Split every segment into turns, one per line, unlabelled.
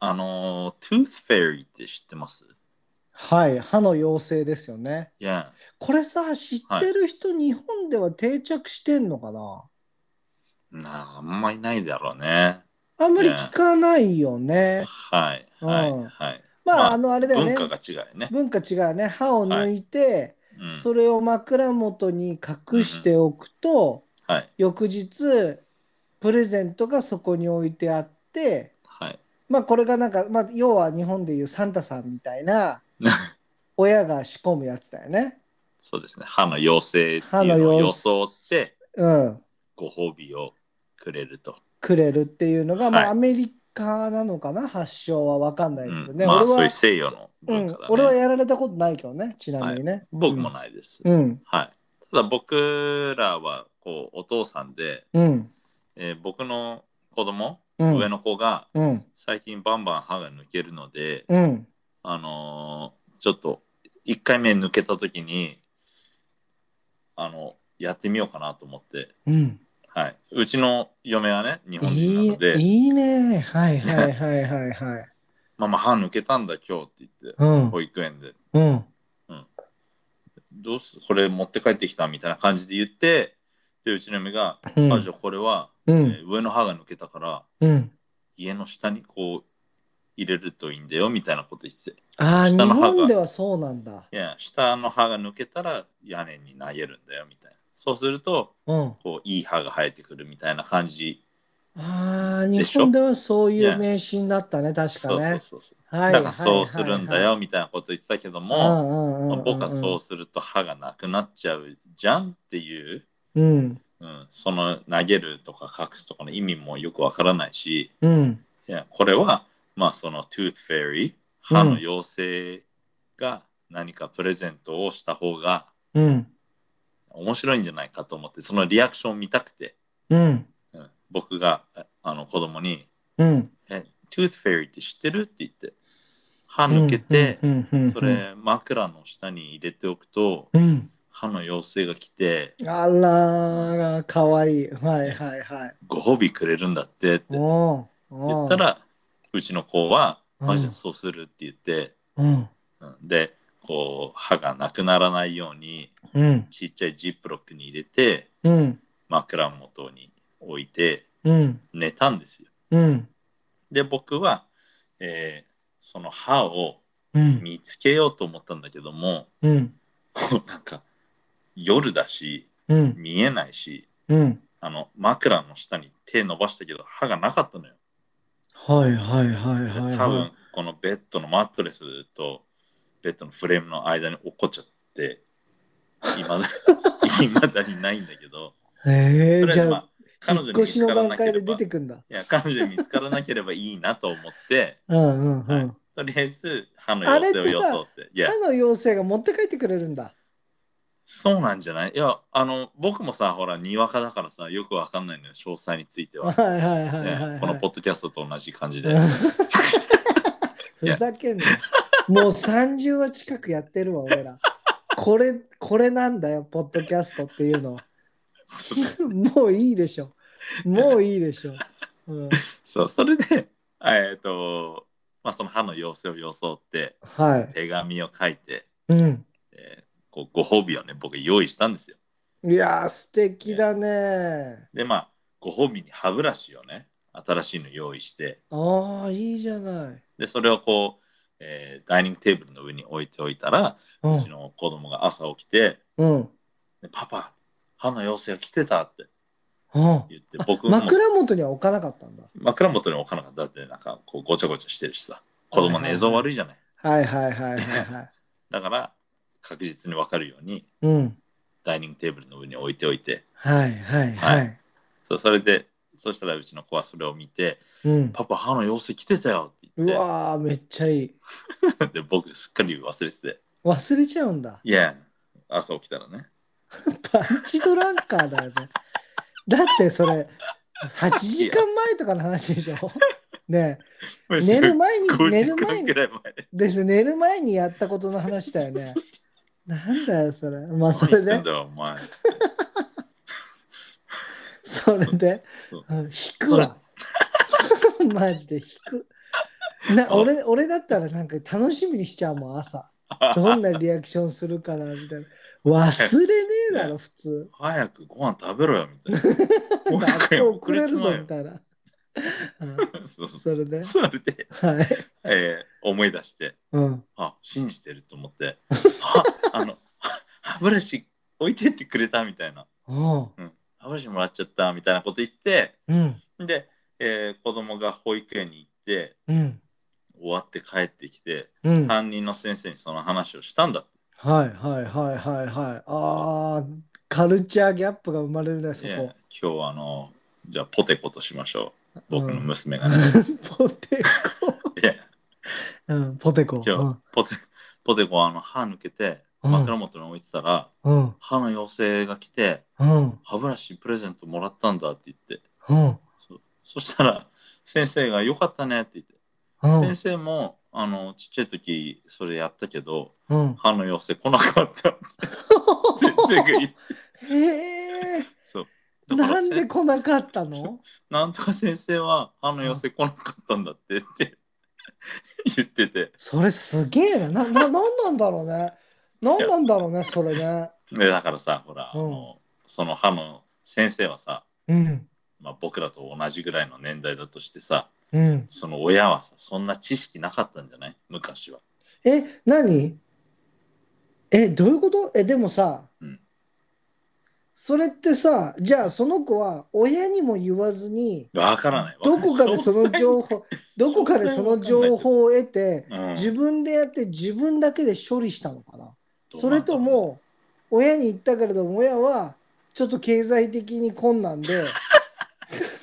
あの、Tooth Fairy って知ってます
はい、歯の妖精ですよね。
?Yeah.
これさ、知ってる人、日本では定着してんのかな
なあ、あんまりないだろうね。
あんまり
ね
聞かないよね。
はい。はい。
うん
はい。
まあ、
まあ
あ、の、あれだよ
文
ね。
化が違うよね。
文化違うね。歯を抜いて、
うん。
それを枕元に隠しておくと、
はい。
翌日、プレゼントがそこに置いてあって、
はい。
まあ、これがなんか、まあ、要は日本でいうサンタさんみたいな、親が仕込むやつだよね。
そうですね。歯の妖精っていうのを装って、
うん。
ご褒美をくれると。
くれるっていうのが、ま
はい
あ、アメリカなのかな発祥は分かんないけど
うん
ね、
まあ、
俺は
そういう西洋の文化
うん
だ、ね。
俺はやられたことないけどねちなみにね、
僕もないです。
うん
はい。ただ僕らは、こう、お父さんで、
うん
えー僕の子供、
うん
上の子が、
うん
最近バンバン歯が抜けるので、
うん
あのーちょっと、1回目抜けた時に、あの、やってみようかなと思って、
うん
はい。うちの嫁はね、日本人
い
ないので、
いいねはいはいはいは いはい
ママ歯抜けたんだ今日って言って、
うん
保育園で、
うん
どうすこれ持って帰ってきたみたいな感じで言って、で、うちの嫁が、
うん
あ、じゃあこれは、
う
え
ん
ー上の歯が抜けたから、
うん
家の下にこう、入れるといいんだよみたいなこと言ってて、
あー日
下の歯が
本ではそうなんだ
いや、下の歯が抜けたら屋根に投げるんだよみたいな。そうすると、
うん
こう、いい歯が生えてくるみたいな感じ。
あー
で
日
しょ
本ではそうい
いうや
名詞になったね確か
そうそう
ね
そうそう。
はい
だか
はいはい
らそうするんだよみたいなこと言ってたけども、
うんうんうん
ま
う
あ
ん
僕はそうすると歯がなくなっちゃうじゃんっていう、
うん
うん、その投げるとか隠すとかの意味もよくわからないし
うん
いやこれはまあその Tooth Fairy
うん
歯の妖精が何かプレゼントをした方が
うん
面白いんじゃないかと思ってそのリアクションを見たくて、
うん
うん、僕がああの子供に
うん
「え Tooth Fairy って知ってる?」って言って歯抜けて、
うんうんうんうん
それ枕の下に入れておくと
うん
歯の妖精が来て
あらーかわいいはいはいはい
ご褒美くれるんだってって
おーおー
言ったらうちの子は「
うん
マジでそうする」って言って、
うん
うんでこう歯がなくならないように
うん
ちっちゃいジップロックに入れて
うん
枕元に置いて
うん
寝たんですよ。
うん
で僕は、えーその歯を
うん
見つけようと思ったんだけども
うん
こ うなんか夜だし
うん
見えないし
うん
あの枕の下に手伸ばしたけど歯がなかったのよ。
はいはいはい
で
はいはい
多分このベッドのマットレスとベッドのフレームの間に落っこっちゃっていま だ未だにないんだけど
へ
と
え
り
じ
あえず
ゃ
ま
あ
あ彼女
引っ
に
越
見
し
つ
の
から
段
なけれ
階で
ば
出
い
てくんだ
や彼女に見つからなければいいなと思って
うんうんう
はい
ん
とりあえず歯の妖精を装っていや
歯の妖精が持って帰ってくれるんだ
そうなんじゃないいやあの僕もさほらにわかだからさよくわかんないのよ詳細について
は
は、
いはいはいはいは
ね
い、
このポッドキャストと同じ感 じで
ふざけんな。もう30話近くやってるわ、俺ら。これ、これなんだよ、ポッドキャストっていうの。
そう
もういいでしょ。もういいでしょ。うん、
そう、それで、えっ、と、まあ、その歯の妖精を装って、
はい。
手紙を書いて、
うん。
えーこうご褒美をね、僕用意したんですよ。
いやー、素敵だね。
で、まあ、ご褒美に歯ブラシをね、新しいの用意して、
ああ、いいじゃない。
で、それをこう、えーダイニングテーブルの上に置いておいたら、
う
うちの子供が朝起きて、
ん。うん。
でパパ、歯の妖精が来てたって
うん
言って
あ、
僕も
枕元には置かなかったんだ。
枕元に置かなかっただって、なんかこうごちゃごちゃしてるしさ、子供寝相悪いじゃない。
はいはいはいはいはい。
だから、確実に分かるように、
うん。
ダイニングテーブルの上に置いておいて
はいはいは。
はいそうそれでそしたらうちの子はそれを見て
うん
「パパ歯の様子来てたよ」って
う
言っ
わー、めっちゃいい。
てで僕すっかり忘れてて
忘れちゃうんだ
「。いや朝起きたらね
パンチドランカーだよね。だってそれ8時間前とかの話でしょ。ねえ寝る前に
5
寝
時
る前
間
に
くらい前で
です寝る前にやったことの話だ よね。なんだよそれ。まあそ
何言
れ
ってん
で
だよお前」つって
それで
そう
うん引くわ。マジで引く。な
あ
俺俺だったらなんか楽しみにしちゃうもん朝どんなリアクションするかなみたいな忘れねえだろ普 通
早くご飯食べろよ みたいな。ご
なんか
飯
遅れるぞ
よ
みたいな、うん
そうそ
それで
うそれで、
はい、
えー思い出して、
うん、
あ信じてると思 って、はあのは歯ブラシ置いてってくれたみたいな、
おう
うん、歯ブラシもらっちゃったみたいなこと言って、
うん
で、えー子供が保育園に行って、
うん
終わって帰ってきて、
うんはい
担任の先生にその話をしたんだって。
はいはいはいはいあーカルチャーギャップが生まれるねそ
いや
こ
今日はあのじゃあポテコとしましょう僕の娘 がね、
ポテコ、
いや
うん、ポテコ
今日ポテポテコはあの歯抜けて
うん
枕元に置いてたら、
うん
歯の妖精が来て
うん
歯ブラシプレゼントもらったんだって言って
うん
そそしたら先生が「よかったね」って言って、
うん
先生もあのちっちゃい時それやったけど
うん
歯の妖精来なかったって先生が言って
へ え
そうだから
なんで
せ
来なかったの
なんとか先生は歯の妖精来なかったんだってって 言ってて。
それすげえな。な、な、なんなんだろうね。なんなんだろうね、それね。
でだからさほら、
うん
あのその歯の先生はさ、
うん。
まあ、僕らと同じぐらいの年代だとしてさ
うん。
その親はさそんな知識なかったんじゃない昔は。
え、何え、どういうことえ、でもさ、
うん
それってさ、じゃあその子は親にも言わずに、
わからないわ
どこかでその情
詳
報、どこかでその情報を得て、
細にうん
自分でやって自分だけで処理したのかな
どう
そ
な
れ
んだろう
とも親に言ったけれども親はちょっと経済的に困難 で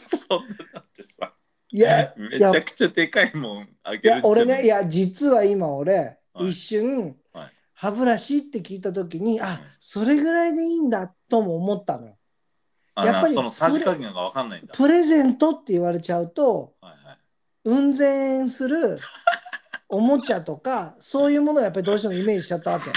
そんなだってさ
いや
めちゃくちゃでかいもんあ
い
げる
や俺ねい
や
や実は今俺、
はい
一瞬、
はい
歯ブラシって聞いた時に
う
あ、
ん
それぐらいでいいんだとも思ったのよ。や
やっ
っぱ
ぱ
り
りそのさじ加減がわかんないんだ。
プレゼントって言われちゃうと
はいはい
運善 するおもちゃとかそういうものをやっぱりどうしてもイメージしちゃったわけ。
誕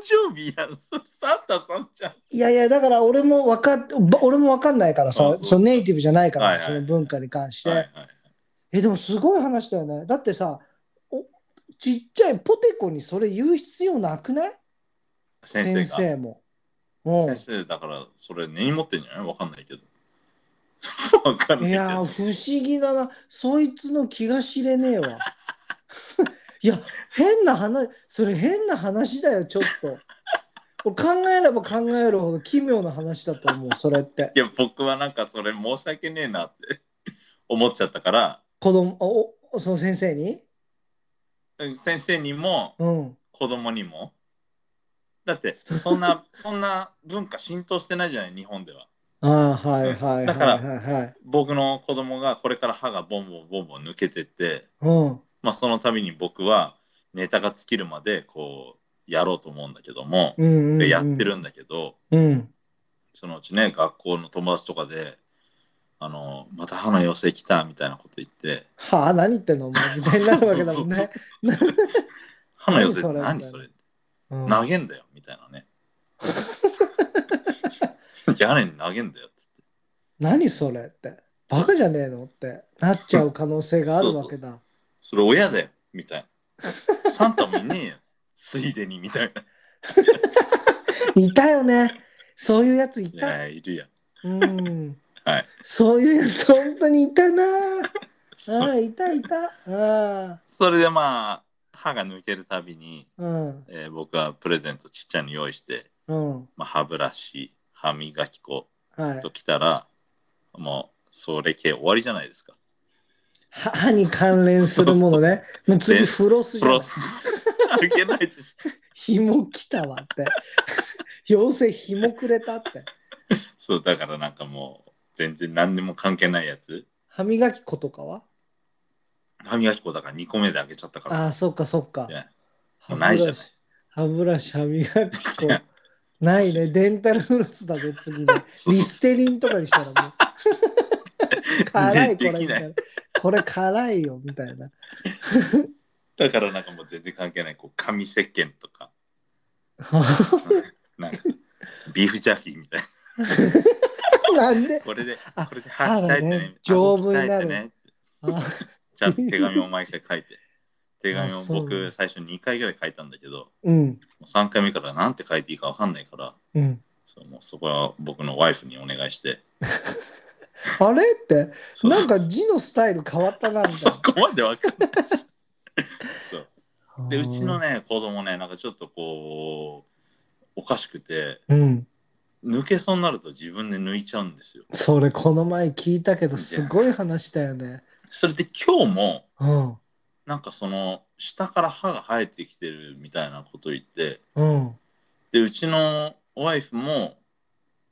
生日やんそれサンタさんじゃん。
いやいやだから俺もわかっば俺もわかんないから
あ
さ
そうそう
そのネイティブじゃないから、
はいはい
その文化に関して。
はいはい
えでもすごい話だよねだってさおちっちゃいポテコにそれ言う必要なくない
先生が先
もうん
生だからそれ根に持ってんじゃないわかんないけど。 わかんない
い
けど。
や ー不思議だなそいつの気が知れねえわ いや変な話それ変な話だよちょっと俺考えれば考えるほど奇妙な話だと思うそれって
いや僕はなんかそれ申し訳ねえなって思っちゃったから
子供おおその先生に
先生にも
うん
子供にもだってそん なそんな文化浸透してないじゃない日本では
ああはいはいはい
だから
はいはい
僕の子供がこれから歯がボンボンボンボン抜けてって
うん
まあその度に僕はネタが尽きるまでこうやろうと思うんだけども、
うんうんうん
でやってるんだけど
うん
そのうちね学校の友達とかであのまた歯の妖精来たみたいなこと言って
はあ何言ってんのお前みたいになるわけだもん
そう
ね。
歯の妖精って
何
何
そ
そ
れ
れ
うん
投げんだよみたいなね。 屋根に投げんだよっつって。
何それってバカじゃねえのってなっちゃう可能性があるわけだ。
それ親だよみたいな。サンタもいねえよ。ついでにみたい な。
いたよね。そう いうやつい
い
た。
や、いるやん。
うん。
はい
そういうやつ本当にいた な。あ
そ
あいたいた。ああ
それでまあ、歯が抜けるたびに、
うん
えー僕はプレゼントちっちゃいの用意して、
うん
まあ、歯ブラシ、歯磨き粉
はい
と。きたら、もう、それ系終わりじゃないですか。
は歯に関連するものね。もう次
で
フロスじ
プ
ゃない
ロ。ス、あげないでしょ。
紐きたわ って。妖精紐くれたって。
そう、だからなんかもう、全然何にも関係ないやつ。
歯磨き粉とかは
歯磨き粉だから2個目であげちゃったから
あ
さ
あ、そっかそっか。
ねもうないじゃない
歯ブラシ歯ブラシ歯磨き粉
いや
ないねデンタルフロスだぜ次ね
そう
リステリンとかにした らもう辛いこ
で
れ
で
み
き
た
ない
いなこれ辛いよみたいな
だからなんかもう全然関係ないこう紙石鹸とかなんかビーフジャーキーみたいな
なんで
これで
あ
これで歯鍛えてね
歯がね丈夫にな
顎鍛えて
る
ねちゃんと手紙を毎回書いて手紙を
あそう
僕最初2回ぐらい書いたんだけど、
うん。
もう3回目からなんて書いていいかわかんないから、
うん。
そうもうそこは僕のワイフにお願いして。
あれって、
そう
なんか字のスタイル変わったな、みた
そ
い
こまでわかんないでしょそう
な。
でうちのね子供ねなんかちょっとこうおかしくて
うん。
抜けそうになると自分で抜いちゃうんですよ
それ、この前聞いたけど、すごい話だよね。
それで今日も
うん。
なんかその下から歯が生えてきてるみたいなこと言って
うん。
でうちのワイフも、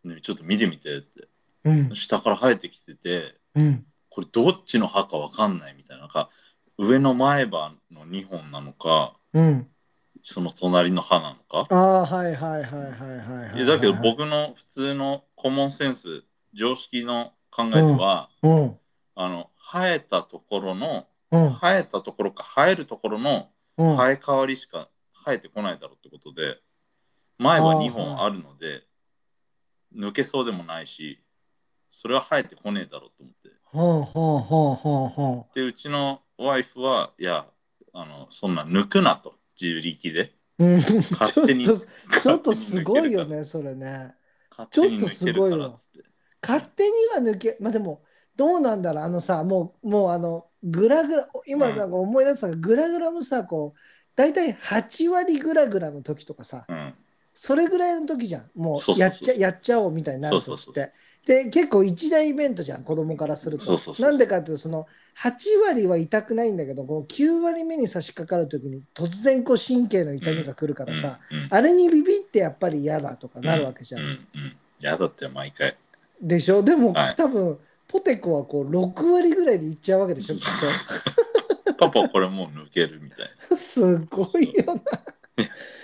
ねちょっと見てみてって
うん。
下から生えてきてて
うん。
これどっちの歯かわかんないみたいななんか上の前歯の2本なのか
うん。
その隣の歯なのか
ああ、はいはいはいはいはいはいい。
やだけど。僕の普通のコモンセンス常識の考えでは、
うん。
あの生えたところの
うん。
生えたところか生えるところの
うん。
生え変わりしか生えてこないだろうってことで前は2本あるので抜けそうでもないしそれは生えてこねえだろうと思って
ほうほうほうほうほ
でうちのワイフはいやあのそんな抜くなと自力 で
う。うん。
勝手に
ちょっとちょっとす
勝手に抜ける
ごいよ
から
ね、それね。
勝手に抜けるからっつって
勝手には抜け、まあでも、どうなんだろう、あのさ、もう、もうあの、グラグラ、今
うん
なんか思い出したが、グラグラもさ、こう、大体8割グラグラの時とかさ、
うん
それぐらいの時じゃん。も
そうそうそうそう
う、やっちゃ、やっちゃおうみたいにな
そ
る
うそ
と
う
き
そ
っ
うそう
て。で、結構一大イベントじゃん、子供からすると。
そうそうそう
なんでかっていうと、その、8割は痛くないんだけど、この9割目に差し掛かる時に、突然こう、神経の痛みが来るからさ、
うんうん
あれにビビってやっぱり嫌だとかなるわけじゃん。
うんうん。やだって毎回。
でしょでも、
はい
多分ポテコはこう6割ぐらいでいっちゃうわけでしょきっ
パパこれもう抜けるみたいな。
とすごいよ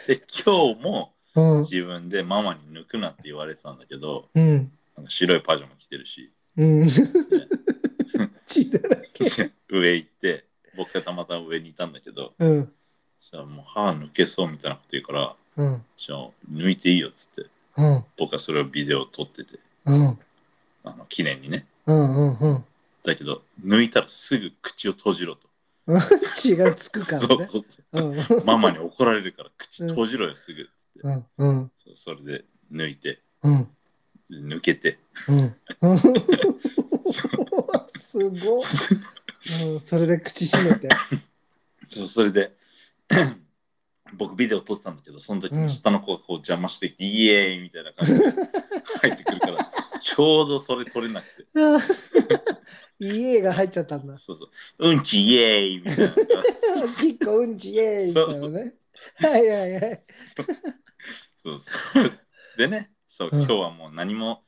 で今日も
な。うん
自分でママに抜くなって言われてたんだけど、
うん
なんか白いパジャマ着てる し、
うん。血だらけ。
上行って、僕がたまたま上にいたんだけど、
うん
そしたらもう歯抜けそうみたいなこと言うから、
うん
じゃあ抜いていいよっつって、
うん
僕はそれをビデオ撮ってて、
うん
あの記念にね。
うんうん。
だけど、抜いたらすぐ口を閉じろと。
うん血がつくか
そ
ら
う
ね。
そうそうう。
ん
ママに怒られるから口閉じろよすぐっつって。
うんうん
そうそれで抜いて、
うん
抜けて。
うん。 すごい。 うんそれで口閉めて。
そうそれで 僕ビデオ撮ってたんだけどその時
う
に
ん
下の子がこう邪魔してきて、イエーイみたいな感 じで入ってくるからちょうどそれ撮れなくて
あー家が入っちゃったんだ。
そうそううんちイエーイみたいな
ちっこうんちイエーイみたいなね。はいはいはい。
そうそうでねそう、
うん
今日はもう何も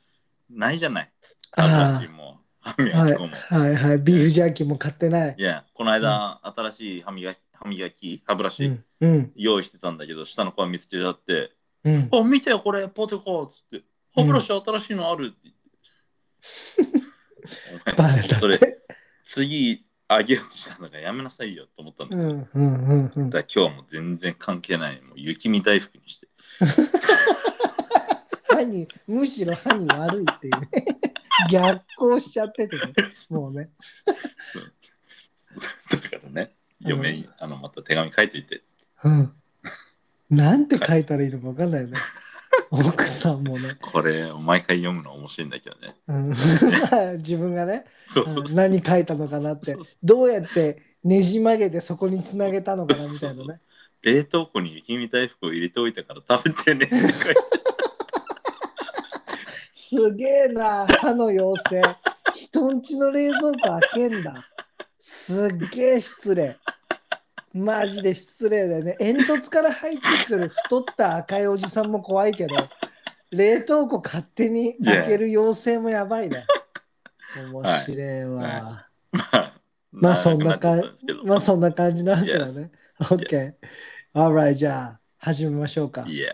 ないじゃない新し
あ
いもう歯磨
あは
き
い
粉も、
はいはい。ビーフジャーキーも買ってない
い、。やこの間、新しい歯磨き歯磨き歯ブラシ、
うんうん
用意してたんだけど下の子は見つけちゃって
うん
「あ見てよこれポテコ」っつって「歯ブラシ新しいのある」って言って、お
バ
前
レたっ
それ
て。
次あげようとしたんだからやめなさいよと思ったんだけ
う
ど、だか
んうんうんうん。
ら今日はもう全然関係ないもう雪見大福にして
歯にむしろ歯に悪いっていうね。逆行しちゃっててね。もうね。
そうだからね嫁に、あのまた手紙書いていて
うん。なんて書いたらいいのか分かんないよね。奥さんもね。
これ毎回読むの面白いんだけどね
うん、 自分がね、
そう
う
そ
ん
うそう、
何書いたのかなって
そうそうそ。
どうやってねじ曲げてそこにつなげたのかなみたいなね。
冷凍庫に雪見大福を入れておいたから食べてねって書いて
すげえな、歯の妖精。人んちの冷蔵庫開けんだ。すっげえ失礼。マジで失礼だよね。煙突から入ってくる太った赤いおじさんも怖いけど、冷凍庫勝手に開ける妖精もやば いね。面白いわ。
はいま
まあそんな
長くっ
感
ちゃったですけど
まあそんな感じなわけだね。OK
Yes.。
Alright, じゃあ始めましょうか。
Yeah.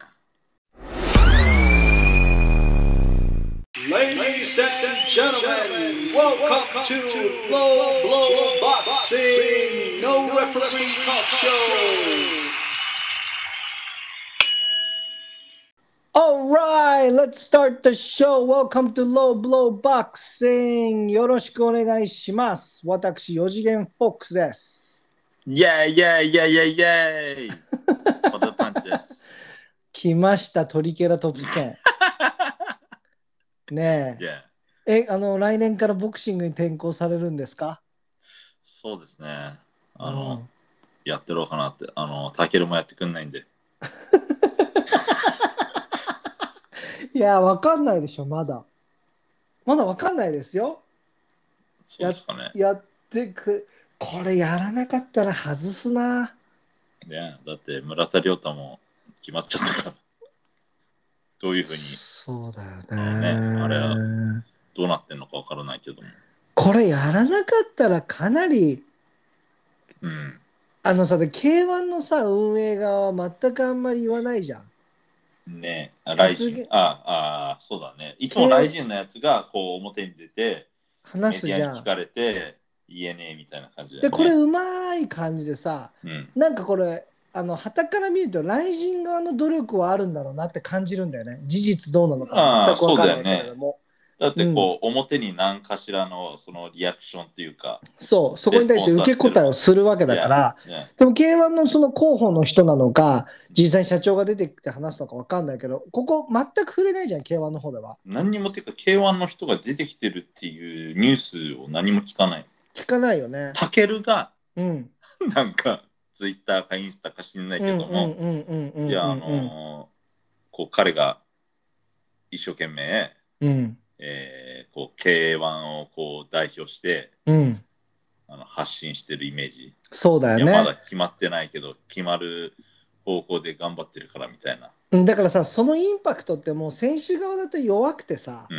Ladies and gentlemen, welcome to Low Blow Boxing No Referee Talk Show.
Alright, let's start the show. Welcome to Low Blow Boxing. よろしくお願いします。私、四次元フォックスです。
イェイイェイイェイイェイイェイポテトパンチです。
来ました、トリケラトプス 戦。ね
イェイ
え。え、あの、来年からボクシングに転向されるんですか
そうですね。あの、
うん
やってろうかなって。あの、タケルもやってくんないんで。
いや、わかんないでしょ、まだ。まだわかんないですよ。
そうですかね。
やってく、これやらなかったら外すな。
いや、だって村田亮太も決まっちゃったから。どういうふうに、
そうだよね
ねあれはどうなってんのかわからないけども。
これやらなかったらかなり、
うん。
あのさ、で K1 のさ、運営側は全くあんまり言わないじゃん。
ねえ、あライジ
すげ
ン
え。
ああ、そうだね。いつもライジンのやつが、こう、表に出て、メ
話す
デ
じ
ィ
ゃ
アに
ん
聞。かれて、言えねえみたいな感じだよね
で、これうまい感じでさ、
うん。
なんかこれ、あの、旗から見ると、雷神側の努力はあるんだろうなって感じるんだよね。事実どうなの
あ
か
ー
全くわかんない
そうだよね
けれども。
だって、こう、表に何かしらの、そのリアクションっていうか、
そう、そこに対して受け答えをするわけだから、
ね、
でも K1 のその候補の人なのか、実際に社長が出てきて話すのかわかんないけど、ここ全く触れないじゃん、K1 の方では。
何にもっていうか、K1 の人が出てきてるっていうニュースを何も聞かない。
聞かないよね。
タケルが、
うん。
なんか、ツイッターかインスタか知んないけども、
うんうんうんうんうんうん
いや、あのーこう、彼が一生懸命、
うん
えーこう、K1 をこう代表して、
うん
あの発信してるイメージ。
そうだ
い
よ
やまだ
ね
決まってないけど、決まる方向で頑張ってるからみたいな。
うんだからさそのインパクトってもう選手側だと弱くてさ
うん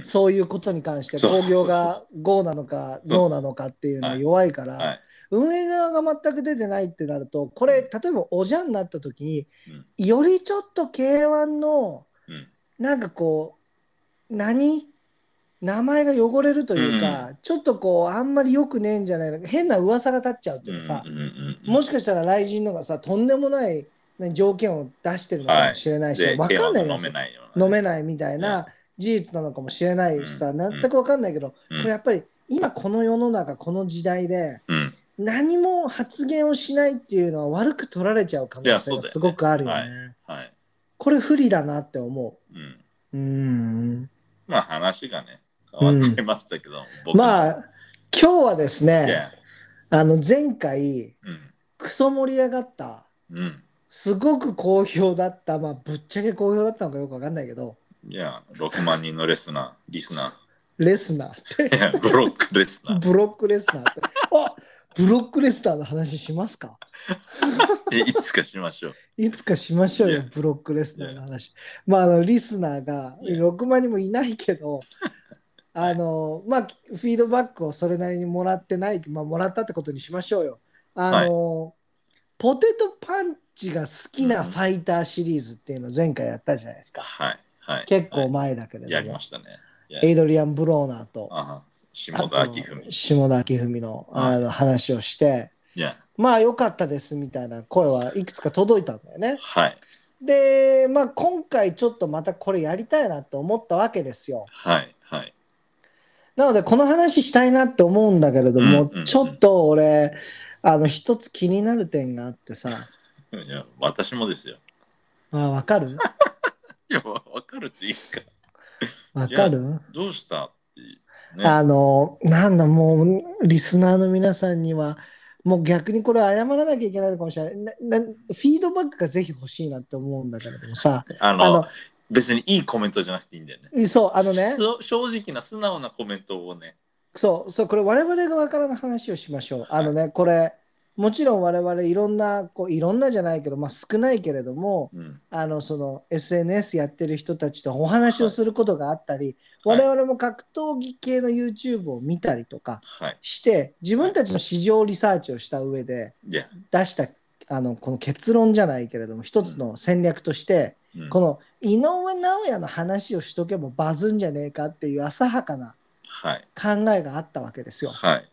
うん
そういうことに関して
そうそうそ
興
うそう
行が GO なのか
そうそう
NO なのかっていうのは弱いか
うん。は
ら
い。
運営側が全く出てないってなるとこれ例えばおじゃんになった時によりちょっと K1 の
うん
なんかこう何名前が汚れるというか、ちょっとこうあんまり良くねえんじゃないのか変な噂が立っちゃうっていうかさ、
うんうんうんうん
もしかしたら雷神のがさとんでもないね条件を出してるのかもしれないし、
で、
わかんない
K1
じ
も
ゃん
飲めないような。
飲めないみたいな事実なのかもしれないしさ、
うん
全くわかんないけど、
うん
これやっぱり今この世の中この時代で
うん。
何も発言をしないっていうのは悪く取られちゃう可能性
いやそう
が
だよね
すごくあるよね。
はい。
これ不利だなって思
うん。
う。うん
まあ話がね、変わっちゃいましたけど、僕の
まあ今日はです
い
ね
や
あの前回
うん。
クソ盛り上がった
うん。
すごく好評だった、まあ、ぶっちゃけ好評だったのかよくわかんないけど、
いや、6万人のレスナー、リスナ
レスナーっ
ー、いや、ブロックレスナ
て、ブロックレスナーって、あブロックレスナーの話しますか
ー、えいつかしま しょう。
いつかしましょうよ
いや、
ブロックレスナーの話。まあ、あの、リスナーが
いや
6万人もいない けど、あの、まあ、フィードバックをそれなりにもらってない、まあ、もらったってことにしましょうよ。あの、ポテトパンチが好きなファイターシリーズっていうのを前回やったじゃないですか。
はい。はい。
結構
は
前だけれ
い
ども。
やりましたね。や
エイドリアン・ブローナーと、
あは下
あ
田
と
明文。
下田明文の
はい
あの話をして、
いや、
まあ良かったですみたいな声はいくつか届いたんだよね。
はい。
で、まあ今回ちょっとまたこれやりたいなと思ったわけですよ。
はい。はい。
なのでこの話したいなって思うんだけれども、
うんうんうん
ちょっと俺、あの一つ気になる点があってさ、
いや、私もですよ。
まあわかる
いや、わかるっていうか、
わかる
どうしたっていうね。
あの、なんだ、もう、リスナーの皆さんには、もう逆にこれ謝らなきゃいけないのかもしれない。ななフィードバックがぜひ欲しいなって思うんだけれどもさ、
あの
あの
別にいいコメントじゃなくていいんだよね。
そう、あのね、
そ正直な素直なコメントをね。
そう、そう、これ我々がわからない話をしましょう。あのね、これ、もちろん我々いろんな、こういろんなじゃないけど、まあ少ないけれども、
うん。
あの、その SNS やってる人たちとお話をすることがあったり、
はい
我々も格闘技系の YouTube を見たりとか
はい。
して、自分たちの市場リサーチをした上で、
いや、
出したあのこの結論じゃないけれども一つの戦略として、
うん
この井上尚弥の話をしとけばバズんじゃねえかっていう浅はかな
はい。
考えがあったわけですよ。
はい。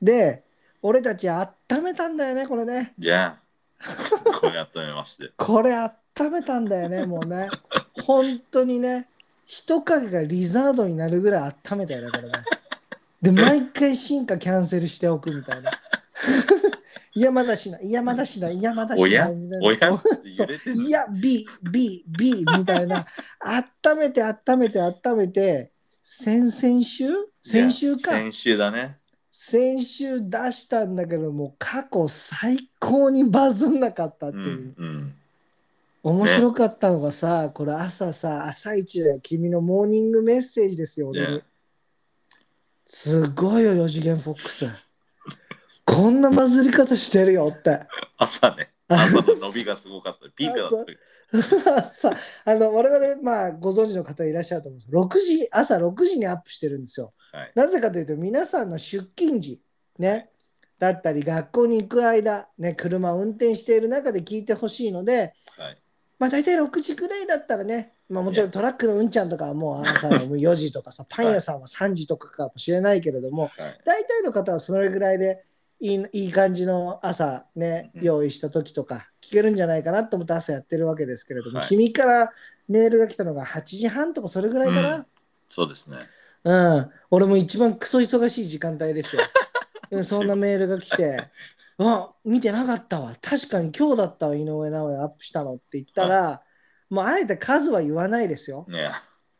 で俺たち温めたんだよねこれね
いや、すっごい温めま して。
これ温めたんだよねもうね本当にね人影がリザードになるぐらい温めたよ ねこれね。で毎回進化キャンセルしておくみたいな。山だしな、いやまだしな、いやまだし
おや
な、みたいな
おやって
そ
揺
う
れてんの
いや、B、B、B みたいな、温めて、温めて、温めて、先々週先週か。
先週だね。
先週出したんだけどもう過去最高にバズんなかったっ
う
ていう、
んうん。
面白かったのがさ、これ朝さ朝一だよ君のモーニングメッセージですよ俺に、
ね
すごいよ4次元フォックスこんなバズり方してるよって
朝 ね。朝の伸びがすごかった。ピークだった時。
さあの我々、まあ、ご存知の方いらっしゃると思うんです6時朝6時にアップしてるんですよ。
はい
なぜかというと皆さんの出勤時、ね、だったり学校に行く間、ね、車を運転している中で聞いてほしいので、
はい。
まあ、大体6時ぐらいだったらね、まあ、もちろんトラックのうんちゃんとかはもう朝の4時とかさパン屋さんは3時とかかもしれないけれども
はい。
大体の方はそれぐらいでいいいい感じの朝ね、
うん
用意した時とか聞けるんじゃないかなと思って朝やってるわけですけれども、
はい
君からメールが来たのが8時半とかそれぐらいかな、
そうですね。
うん俺も一番クソ忙しい時間 帯ですよでもそんなメールが来て「あ見てなかったわ確かに今日だったわ井上尚弥アップしたの」って言ったら、もうあえて数は言わないですよ
ね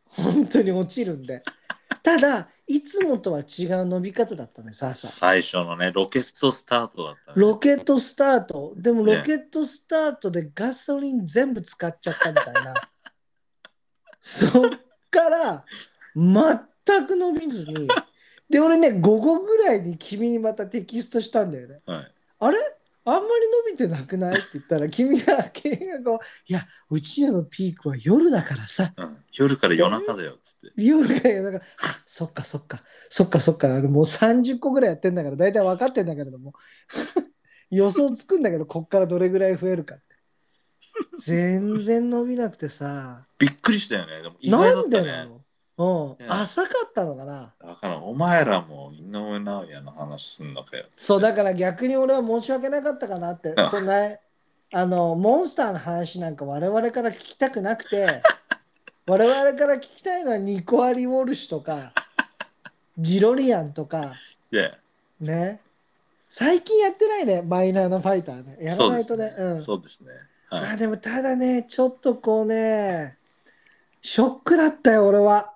本当に落ちるんでただいつもとは違う伸び方だったんです朝
最初のね、ロケットスタートだったね。
ロケットスタート。でも
ね
ロケットスタートでガソリン全部使っちゃったみたいな。そっから全く伸びずに。で、俺ね、午後ぐらいに君にまたテキストしたんだよね。
はい。
あれあんまり伸びてなくないって言ったら、君が、君がこう、いや、うちらのピークは夜だからさ。
うん。夜から夜中だよ、つって。
夜が夜だから、あそっかそっか、そっかそっか、もう30個ぐらいやってんだから、大体分かってんだけれども、 予想つくんだけど、こっからどれぐらい増えるかって。全然伸びなくてさ、
びっくりしたよね。でも意外
な
だっ
んで
た
な
ね。
のうん、
ね
浅かったのかな
だから、お前らも井上尚弥の話すんのかよ。
そう、だから逆に俺は申し訳なかったかなって
う、ん
そんな、あの、モンスターの話なんか我々から聞きたくな くて、我々から聞きたいのはニコアリ・ウォルシュとか、ジロリアンとか、
で、
ね。最近やってないね、マイナーのファイターね。やら
そう
な
で
い
す
とね。うん
ね。そうですね。
ま
は
あ
い。
でも、ただね、ちょっとこうね、ショックだったよ、俺は。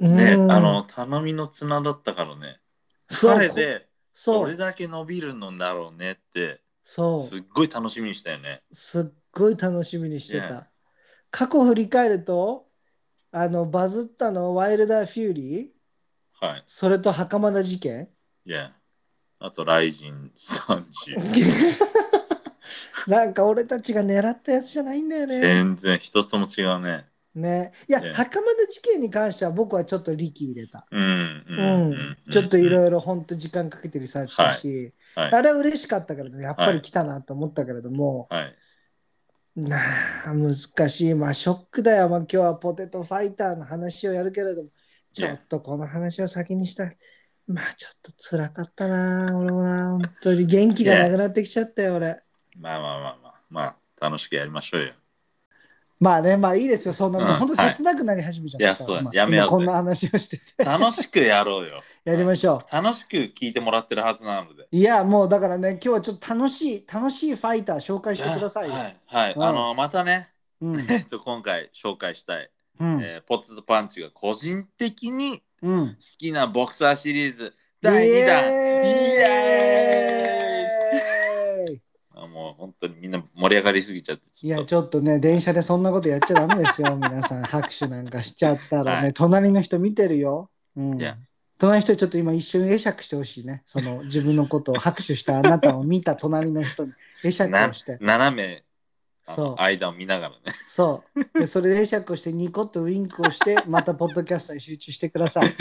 ね、
うん
あの、頼みの綱だったからね。
そう
彼で、
そ
ど
う
れ、だけ伸びるのだろうねって、
そ
すっごい楽しみにしたよね。
う、すっごい楽しみにして
ね
た。過去振り返ると、あの、バズったの、ワイルダー・フューリー、
はい。
それと袴田事 件。
いや。あと、雷神30。
なんか俺たちが狙ったやつじゃないんだよね。
全然一つとも違うね。
ね。いや、
ね
袴田事件に関しては僕はちょっと力入れた。
うん。う
うん
んうん。
ちょっとい
い
ろいろ本当時間かけてリサーチしたし、
ろ。はい
あ。れは嬉しかったけれどもやっぱり来たなと思ったけれども、
はい。
なあ難しいまあショックだよ、まあ、今日はポテトファイターの話をやるけれどもちょっとこの話を先にしたいまあちょっと辛かったな俺もな本当に元気がなくなってきちゃったよ俺
まあまあまあまあ。まあ、楽しくやりましょう よ。
まあねまあいいですよそんなもう
うん
本当切なくなり始めちゃった、
いやそう
まあ
やめよう
今こんな話をしてて
楽しくやろうよ。
やりましょう
楽しく聞いてもらってるはずなので。
いやもうだからね今日はちょっと楽しい楽しいファイター紹介してくださいよ、
はい。はい。
うん
あの、またね、
うん
えっと、今回紹介したい、
うん
えーポテトパンチが個人的に好
うん
きなボクサーシリーズ第2弾。イエーイ
イエーイ
あもう本当にみんな盛り上がりすぎちゃって。
いや
ょっ
ちょっとね電車でそんなことやっちゃダメで すよ皆さん拍手なんかしちゃったらね、
はい
隣の人見てるよ、うん
いや、
隣の人ちょっと今一瞬会釈してほしいねその自分のことを拍手したあなたを見た隣の人に会釈をして
と斜めあ
そう
の間を見ながらね。
そうでそれで会釈をしてニコッとウインクをしてまたポッドキャストに集中してください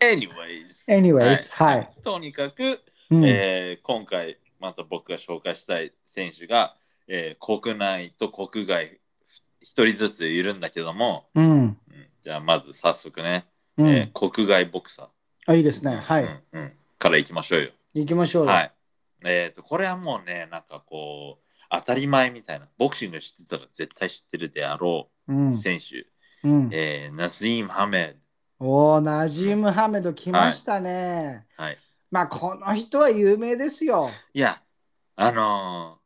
Anyways。
anyways はい、
とにかく、
うん
えー今回また僕が紹介したい選手が、えー国内と国外一人ずついるんだけども、
うん
うんじゃあまず早速ね、
うん
えー国外ボクサ
あいいです
ー、
ねはい、
うんうんからいきましょうよ。
行きましょうよ、
はいえー、とこれはもうねなんかこう当たり前みたいなボクシング知ってたら絶対知ってるであろ
うん
う選手、
うん、
えーナスイーム・ハメ
おーナジーム・ハメド来ましたね、
ド、はい
まあこの人は有名ですよ。
いや、あの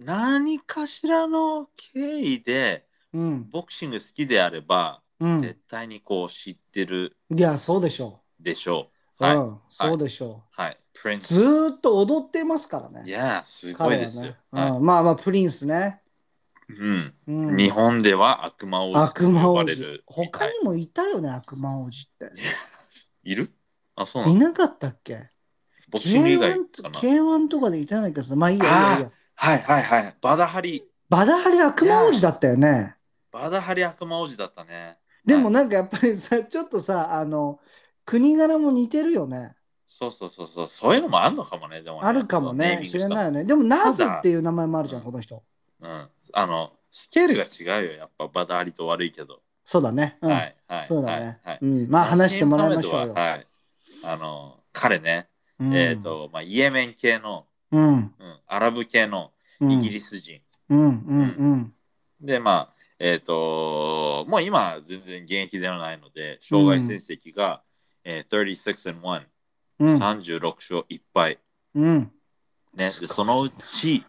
ー何かしらの経緯で
うん。
ボクシング好きであれば、
うん、
絶対にこう知ってる
いやそうでしょ
でしょう。
う。
はい。
うん、そうでしょう。
はい。プリンス。
ずーっと踊ってますから
い
ね。
や、すご
彼
い
はね
ですよ。
うん
は
まあまあプリンスね。
い。うん。
うん、
日本では悪魔王子と
悪魔
呼ば
王
れ
子
る。。
他にもいたよね、悪魔王子って。
いるあ、そうないの
なかったっけ
ボクシング以外
K1,
かな
K1 とかでいたないかさ。まあいいやいい
あー
やいいや。
はいはいはい。バダハリ、
バダハリ悪魔王子だったよね。
バダハリ悪魔王子だったね。
でもなんかやっぱりさ、 ちょっとさ、あの、国柄も似てるよね。
そうそうそうそう。そういうのもあるのかもね。でもね
あるかも
ネー
ね。
ミン
知
グし
ら
た
ないよね。でも、ナーズ
ただ
っていう名前もあるじゃん、
うん
この人。
うん。あの、スケールが違うよ。やっぱバダハリと悪いけど。
そうだね。うん。
はいはい。
そうだね、
はいはい
うん。まあ、話してもらいましょう
ナシ
よ。
ンハメドははい。あの、彼ね、
うん、
えっ、と、まあ、イエメン系の、
うん、
うん、アラブ系の
うん。
イギリス人。
うんうんうん。
で、まあ、えっ、と、もう今、全然現役ではないので、障害成績が、えー、36 and 1。
うん
36勝1敗。
うん。
ね、
すご
で
い
そのうち、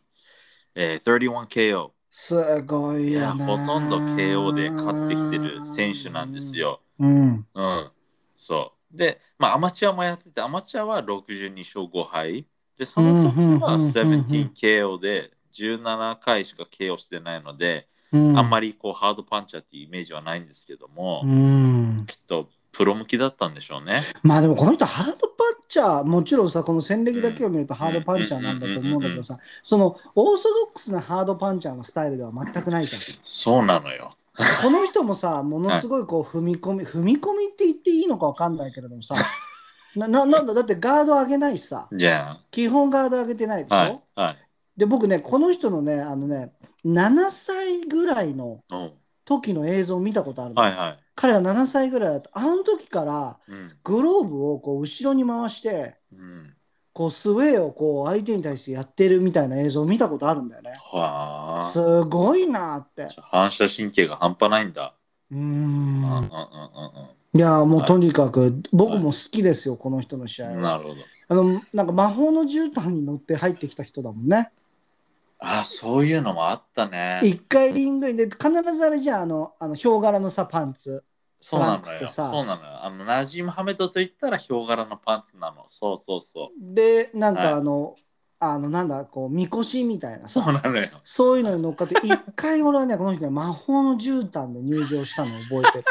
えー、31KO。
すごい
い
よ
や、
な。
ほとんど KO で勝ってきてる選手なんです。よ。
うん。
うん。そう。で、まあ、アマチュアもやってて、アマチュアは62勝5敗。で、その時は
うんうんうんうん
17KO で17回しか KO してないので、あんまりこうハードパンチャーっていうイメージはないんですけども、
うん。
きっとプロ向きだったんでしょうね。
まあでもこの人ハードパンチャー、もちろんさ、この戦歴だけを見るとハードパンチャーなんだと思うんだけどさ、そのオーソドックスなハードパンチャーのスタイルでは全くないじゃん。
そうなのよ。
この人もさ、ものすごいこう踏み込み、踏み込みって言っていいのかわかんないけれども さ、なななんだ、だってガード上げないしさ、
じゃ
基本ガード上げてないでしょ、
あ、はい、はい。
で、僕ね、この人のね、あのね、7歳ぐらいの
うん
時の映像を見たことあるの、
はいは
彼は7歳ぐらいだった。あの時から
い。うん。
グローブをこう後ろに回して、
うん、
こうスウェーをこう相手に対してやってるみたいな映像を見たことあるんだよね。
はあ。
すごいなーって。
反射神経が半端ないんだ。
うー
うんうんうん
ん。
う
いやーもうとにかく僕
はい
も好きですよ、この人の試合
んうん。
は。
なるほど。
あのなんか魔法の絨毯に乗って入ってきた人だもんね。
あ、そういうのもあったね。
一回リングにで必ずあれじゃんあのあのヒョウ柄のさパンツ。
そうな
トランクス
の
って
よ。
さ
そうなのよ。あの、ナジムハメドと言ったらヒョウ柄のパンツなの。そうそうそう。
でなん
はい
かあの、あのなんだこうみこしみたい な
そう
さ
なのよ。
そういうのに乗っかって一回俺はねこの人ね魔法の絨毯で入場したの覚えてる。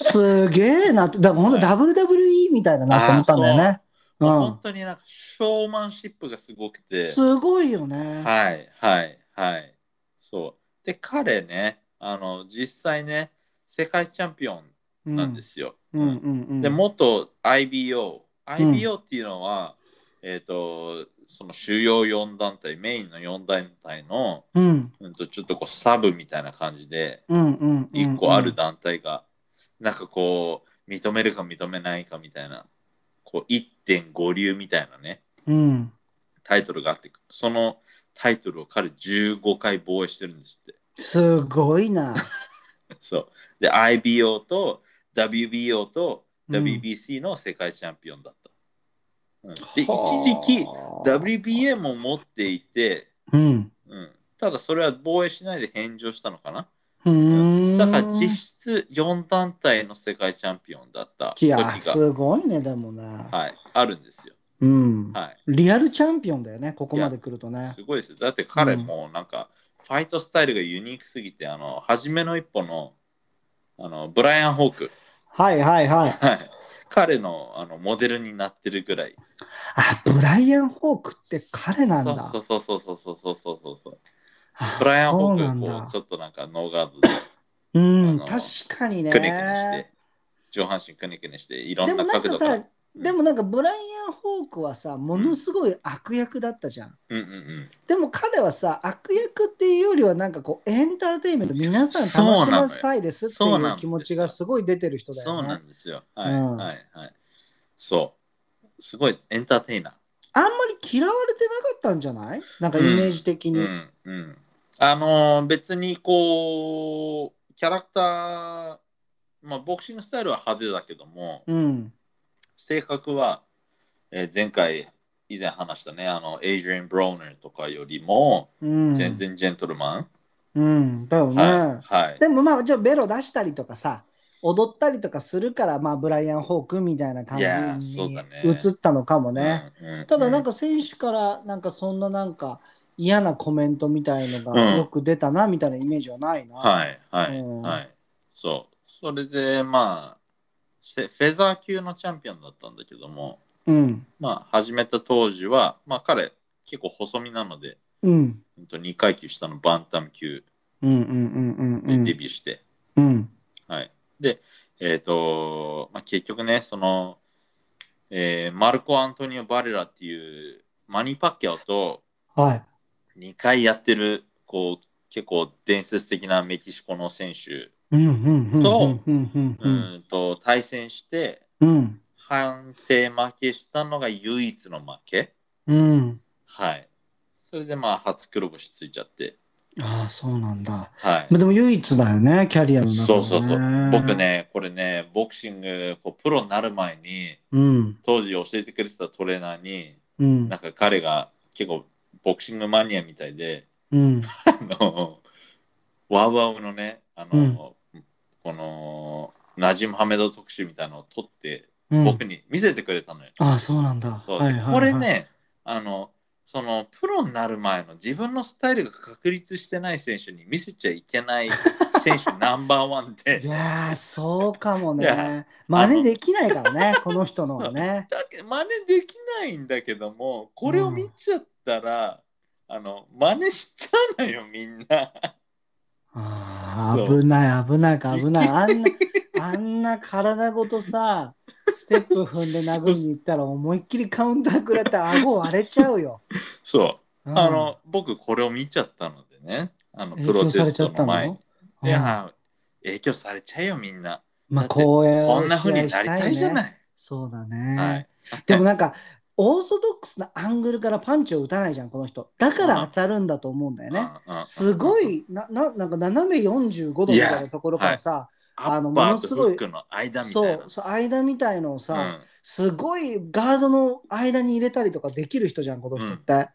すげえなってだからほんと WWE みたいだなと思ったんだよね。う
もう本当になんか、ショーマンシップがすごく
ん、
て。
すごいよね。
はいはいはい。そう。で、彼ね、あの、実際ね、世界チャンピオ
う
ン
ん
なんですよ。
うんうんうん、
で、元 IBO。IBO っていうのは、えっ、と、その主要4団体、メインの4団体の、
うん
うん、とちょっとこうサブみたいな感じで、
うんうんうんうん
1個ある団体が、なんかこう、認めるか認めないかみたいな、こう、1.5流みたいなね、
うん。
タイトルがあって、そのタイトルを彼15回防衛してるんですって。
すごいな。
そう。で、IBO と WBO と
うん
WBC の世界チャンピオンだった。うん、で、一時期
はあ
WBA も持っていて、
うん。
うん、ただそれは防衛しないで返上したのかな。
うーん
だから実質4団体の世界チャンピオンだった
い
時が
や、、すごいね、でもね。
はい、あるんですよ。
うん。
は
リアルチャンピオンだよね、ここまで来ると
い、
ね。
すごいですよ。だって彼もなんか、ファイトスタイルがユニークすぎて、あの、初めの一歩の、あの、ブライアン・ホーク、
はいはいはい。
はい、彼のあのモデルになってるぐらい。
あ、ブライアン・ホークって彼なんだ。
そうそうそうそうそうそうそうそうそう。
あ
ブライアン・ホーク
そうなん
がこ
だ
う、ちょっとなんかノーガードで
うん、
あの
確かにね。
くねくねして、上半身くねくねして、いろ
で
ん
も
な
なん
角度
か
から。
さ、でもなんかブライアン・ホークはさ、ものすごい悪役だったじゃん。
うんうんうん。
でも彼はさ、悪役っていうよりはなんかこうエンターテインメント皆さん楽しませたいですって
そうなのよそうな
い
ん
う
です
気持ちがすごい出てる人だ
そ
よ
うな
ね。
んですよ。はい、
うん
はいはい。そう。すごいエンターテイナー。
あんまり嫌われてなかったんじゃないなんかイメージ的
う
に。
んうん。あのー別にこう、キャラクター、まあ、ボクシングスタイルは派手だけども、
うん。
性格は、えー前回以前話したねあのエイジュエン・ブローナーとかよりも
うん。
全然ジェントルマ
うん。だよ
ン、
ね。
はい、はい、
でもまあ、じゃあベロ出したりとかさ、踊ったりとかするから、まあ、ブライアン・ホークみたいな感
いやー
じ
そう
に
だね
映ったのかもね。
うんうん
ただ、なんか選手から、なんかそんななんか嫌なコメントみたいの
う
が
ん
よく出たな、みたいなイメージはないな。
はいはい
うん
はいそうそれでまあせフェザー級のチャンピオンだったんだけども
うん。
まあ始めた当時はまあ彼結構細身なので
うん。
本当2階級下のバンタム級
うんうんうんうんう
で
ん。
デビューして、
うん。
はい。で、えっ、と、まあ、結局ね、その、えーマルコ・アントニオ・バレラっていうマニパッキャオと
はい。
2回やってる、こう、結構伝説的なメキシコの選手、
うんうんうん
と
うんうん
うーんと対戦して、
うん
判定負けしたのが唯一の負け。
うん。
はい。それでまあ、初黒星ついちゃって、
ああ、そうなんだ。
はい
まあ。でも唯一だよね、キャリアの中でね
そうそうそう。僕。ね、これね、ボクシング、こうプロになる前に、
うん。
当時教えてくれてたトレーナーに、
うん
なん。か彼が結構ボクシングマニアみたいで、
うん。
あの、ワウワウのね、あの、この、ナジムハメド特集みたいなのを撮って、
うん
僕に見せてくれたのよ。
ああ、そうなんだ。
そう
はい
で
はいはい
これ。ね、あの、そのプロになる前の自分のスタイルが確立してない選手に見せちゃいけ ない選手ナンバーワンで
い、やー、そうかも
いや
ね。真似できないからね、 この人のはね。
だけ真似できないんだけども、これを見ちゃったら、あの、真似しちゃうのよ、みんな。
あ
そ
あ、
う
危ない、危ないか、危ない。あんな、あんな体ごとさ、ステップ踏んで殴りに行ったら思いっきりカウンター食らって顎割れちゃうよ。
そう。
うん
あ、の僕これを見ちゃったのでねあの
影
プロ
響
テ
され
ス
ちゃ
ト
った
の前に
の
いや影響されちゃうよみんな
まあ、
だって
公演。
こんな風になりたいじゃないい、
そうだ
は
ね
い。、
でもなんか、オーソドックスなアングルからパンチを打たないじゃん、この人。だから当たるんだと思うんだよね。
うんうん
すごい、な、ななんか斜め45度みたいなところからさ、
ア
あ
ッ
のも
パ
の
ー
す
と
ご
フッ
い
クの間みたい
そ
な
う、そう間みたいのを
う
さ、
ん
すごいガードの間に入れたりとかできる人じゃん、この人って。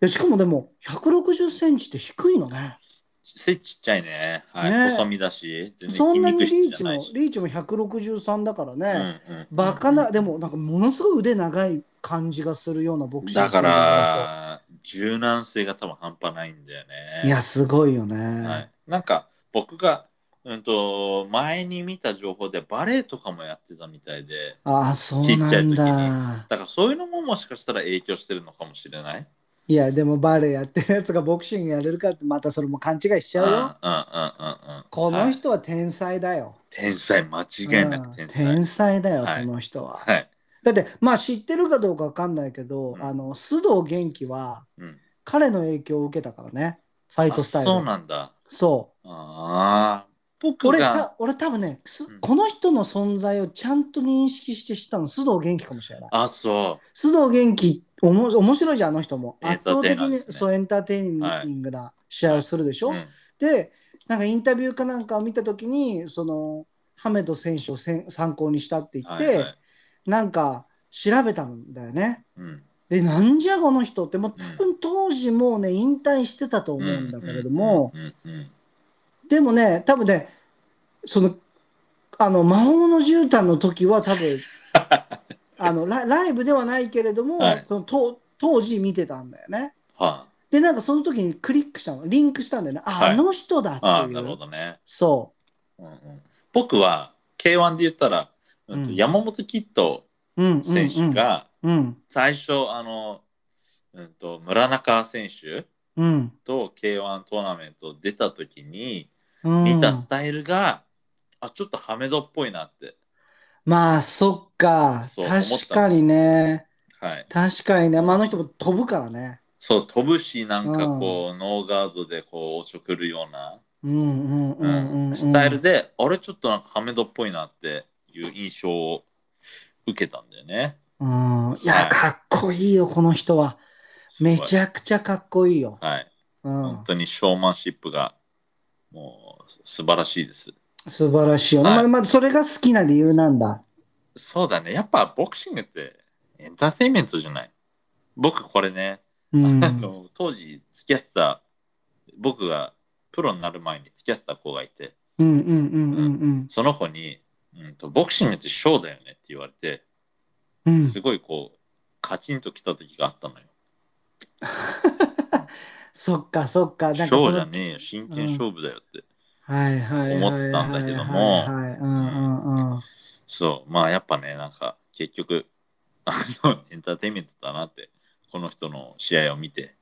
でしかもでも、160センチって低いのね。
背ちっちゃいね,、はい、
ね
細身だし全然
そ
筋
んなに
肉
リ
質
ー
じ
チ
ゃな
も
いし、
リーチも163だからね。
うんうんうん
バカな、でもなんかものすごい腕長い感じがするようなボクシング
だか
選
ら柔軟性が多分半端ないんだよ
手
ね
なんだいや、すごいよ
は
ね。
い、なんか僕が、うん、と前に見た情報でバレエとかもやってたみたいで
ああ、そうなん
ちっちゃ
だ。
だからそういうのももしかしたら影響してるのかもしれない。
いや、でもバレエやってるやつがボクシングやれるかって、またそれも勘違いしちゃう
うんうんうん
よ。
うんうん
この
はい
人は天才だよ。
天才、間違いなく
うん
天才。
天才だよ、
はい
この人は。
はい。
だって、まあ知ってるかどうかわかんないけど、
うん
あの、須藤元気は
うん、
彼の影響を受けたからね。ファイ
あ
トスタイル。
そうなんだ。
そう。
ああ。僕
俺
が
た、俺多分ね、す
うん
この人の存在をちゃんと認識して知ったの、須藤元気かもしれない。
あ、そ
須藤元気、おも面白いじゃん、あの人も。
エン
圧
ター
倒
テイ
的
ナー
に、
ですね
そうエンターテイニングな試合をするでし
う。
ょ、
うん
で、なんかインタビューかなんかを見たときに、その、ハメド選手をせん参考にしたって言っ
は
て、
いはい
なんか調べたんだよね。
うん
で、なんじゃこの人って、もう多分当時もうね、引退してたと思うんだけれども、
うんうんうん
でもね、多分ね、その、あの、魔法の絨毯の時は多 分、あのラ、ライブではないけれども、
はい
その当当時見てたんだよね。
は
で、なんかその時にクリックしたの、リンクしたんだよね。あ、
はい
あの人だって
あ。ああ、
い
なるほ
う。
どね。
そ
うんうん僕は K1 で言ったら、うんと
うん
山本キッド
う。うん、うん、
選手が
うん、
最初、あの、うんと村中選手
うん、
と K1 トーナメント出た時に
うん。
見たスタイルが、あちょっとハメドっぽいなって
まあ、そっか。
そう
確かにね。
はい
確かにね。まあ、あの人も飛ぶからね。
そう飛ぶしなんかこう、ノーガードでこうおちょくるような、
うん、うん、
う
うんん、うんうん。
スタイルであれちょっとなんかハメドっぽいなっていう印象を受けたんだよね
うん。い
は
や、
い
かっこいいよ、この人は。めち
ゃ
ゃくちゃかっこいいよ。
はい、
うん
本、当にショーマンシップがもう素晴らしいです
素晴らしいよ、ね
はい
まあまあ、それが好きな理由なんだ。
そうだね。やっぱボクシングってエンターテインメントじゃない。僕これね、
う ん
あの当時付き合ってた、僕がプロになる前に付き合ってた子がいて、
うんうんうんうん
その子に、うんと、ボクシングってショーだよねって言われて、
うんうん
すごいこう、カチンときた時があったのよ。
そっかそっかなんか
シ
そ
ョ
の
ーじゃねえよ、真剣勝負だよって。
はいはいはいはい
思ってたんだけども
はいはいうんうんうん
そう、まあやっぱね、なんか結局、 あの、エンターテインメントだなって、この人の試合を見て。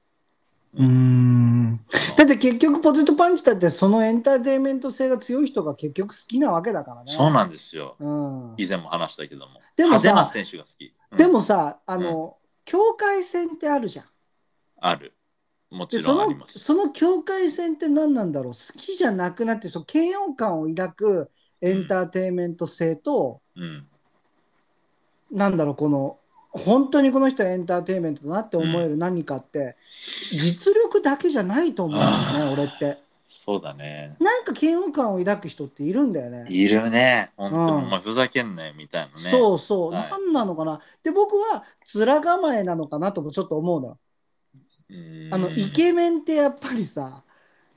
うーんだって結局ポテトパンチだってそのエンターテインメント性が強い人が結局好きなわけだからね。
そうなんですよ。
うん
以前も話したけども。
でもさ
派手な選手が好き。うん
でもさあの、境界線ってあるじゃん。
ある。も
で
ち
そ
ろんあ
の
ります。
その境界線って何なんだろう好きじゃなくなってその嫌悪感を抱くエンターテインメント性と、
うん。
なんだろうこの本当にこの人はエンターテインメントだなって思える何かって、実力だけじゃないと思うんだよね俺って。
そうだね。
なんか嫌悪感を抱く人っているんだよね。
いるね。本当
うん
に、お前ふざけんなよみたいなね。
そうそう、
はい
なんなのかなで僕は面構えなのかなともちょっと思うのよ
うん。
あのイケメンってやっぱりさ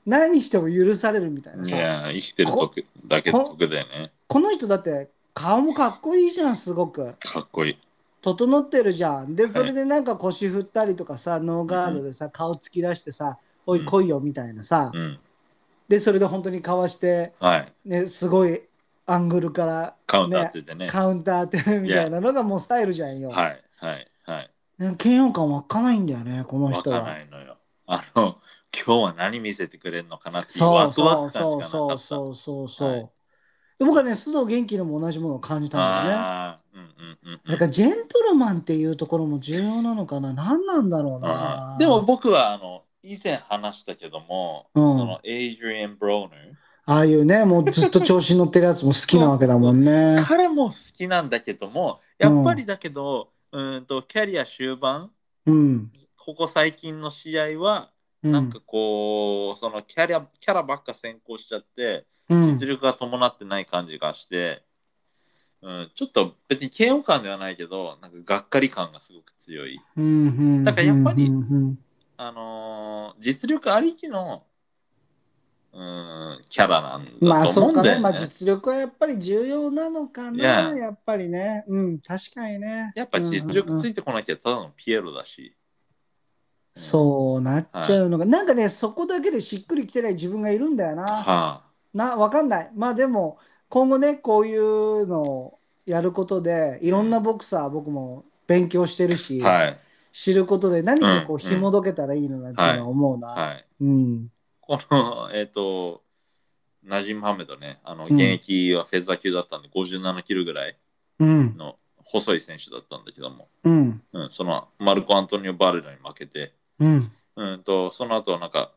何しても許されるみたいないさ
やー、生きてる得だけ得だよね。
この人だって顔もかっこいいじゃんすごく
かっこいい。
整ってるじゃんでそれでなんか腰振ったりとかさノーガードでさ顔突き出してさ「おい
うん
来いよ」みたいなさ
うん。
でそれで本当にかわして
はい。
ねすごいアングルから
カウンター当ててね。
カウンター当てるみたいなのがもうスタイルじゃんよ、
はい。はい。はい。
ね嫌悪感湧かないんだよねこの
わ
人
か
は。
ないのよ。あの、今日は何見せてくれるのかなっていう
そ
ワ
う
クワ
そう
ク感し
そう
かな
そ
か
う
った。う
そうそうそう、
はい
で僕はね須藤元気のも同じものを感じたんだよね
ああ、うんうんうん、う
だ
ん
からジェントルマンっていうところも重要なのかな何なんだろう
あ
な
ー。でも僕はあの以前話したけども、
うん
そのエイジュエン・ブローナー、
ああいうねもうずっと調子に乗ってるやつも好きなわけだもんね
彼も好きなんだけども、やっぱりだけど、うーんとキャリア終盤、
うん
ここ最近の試合は、
うん
なんかこう、そのキャリアキャラばっか先行しちゃって、
うん
実力が伴ってない感じがして、うん、ちょっと別に嫌悪感ではないけどなんかがっかり感がすごく強い、
うんうん
だからやっぱり
うんうん
あのー実力ありきの、うん、キャラなんだと思うんだよね。
まあそうかねまあ実力はやっぱり重要なのかな
Yeah
やっぱりねうん確かにね
やっぱ実力
うんうん
ついてこなきゃただのピエロだし。
そうなっちゃうのが、なんかねそこだけでしっくりきてない自分がいるんだよな、
うん。は
な、わかんない。まあでも、今後ね、こういうのをやることで、いろんなボクサー、僕も勉強してるし
い、、はい。
知ることで何かこう、
うんうん
紐解けたらいいのなっていうのは思うな。
はい。
うん。
この、 えっ、と、ナジム・ハメドね、あの、
うん
現役はフェザー級だったんで、57キロぐらい
うん。
の細い選手だったんだけども、
うん。
うん、その、マルコ・アントニオ・バレラに負けて、
うん。
うんと、その後はなんか、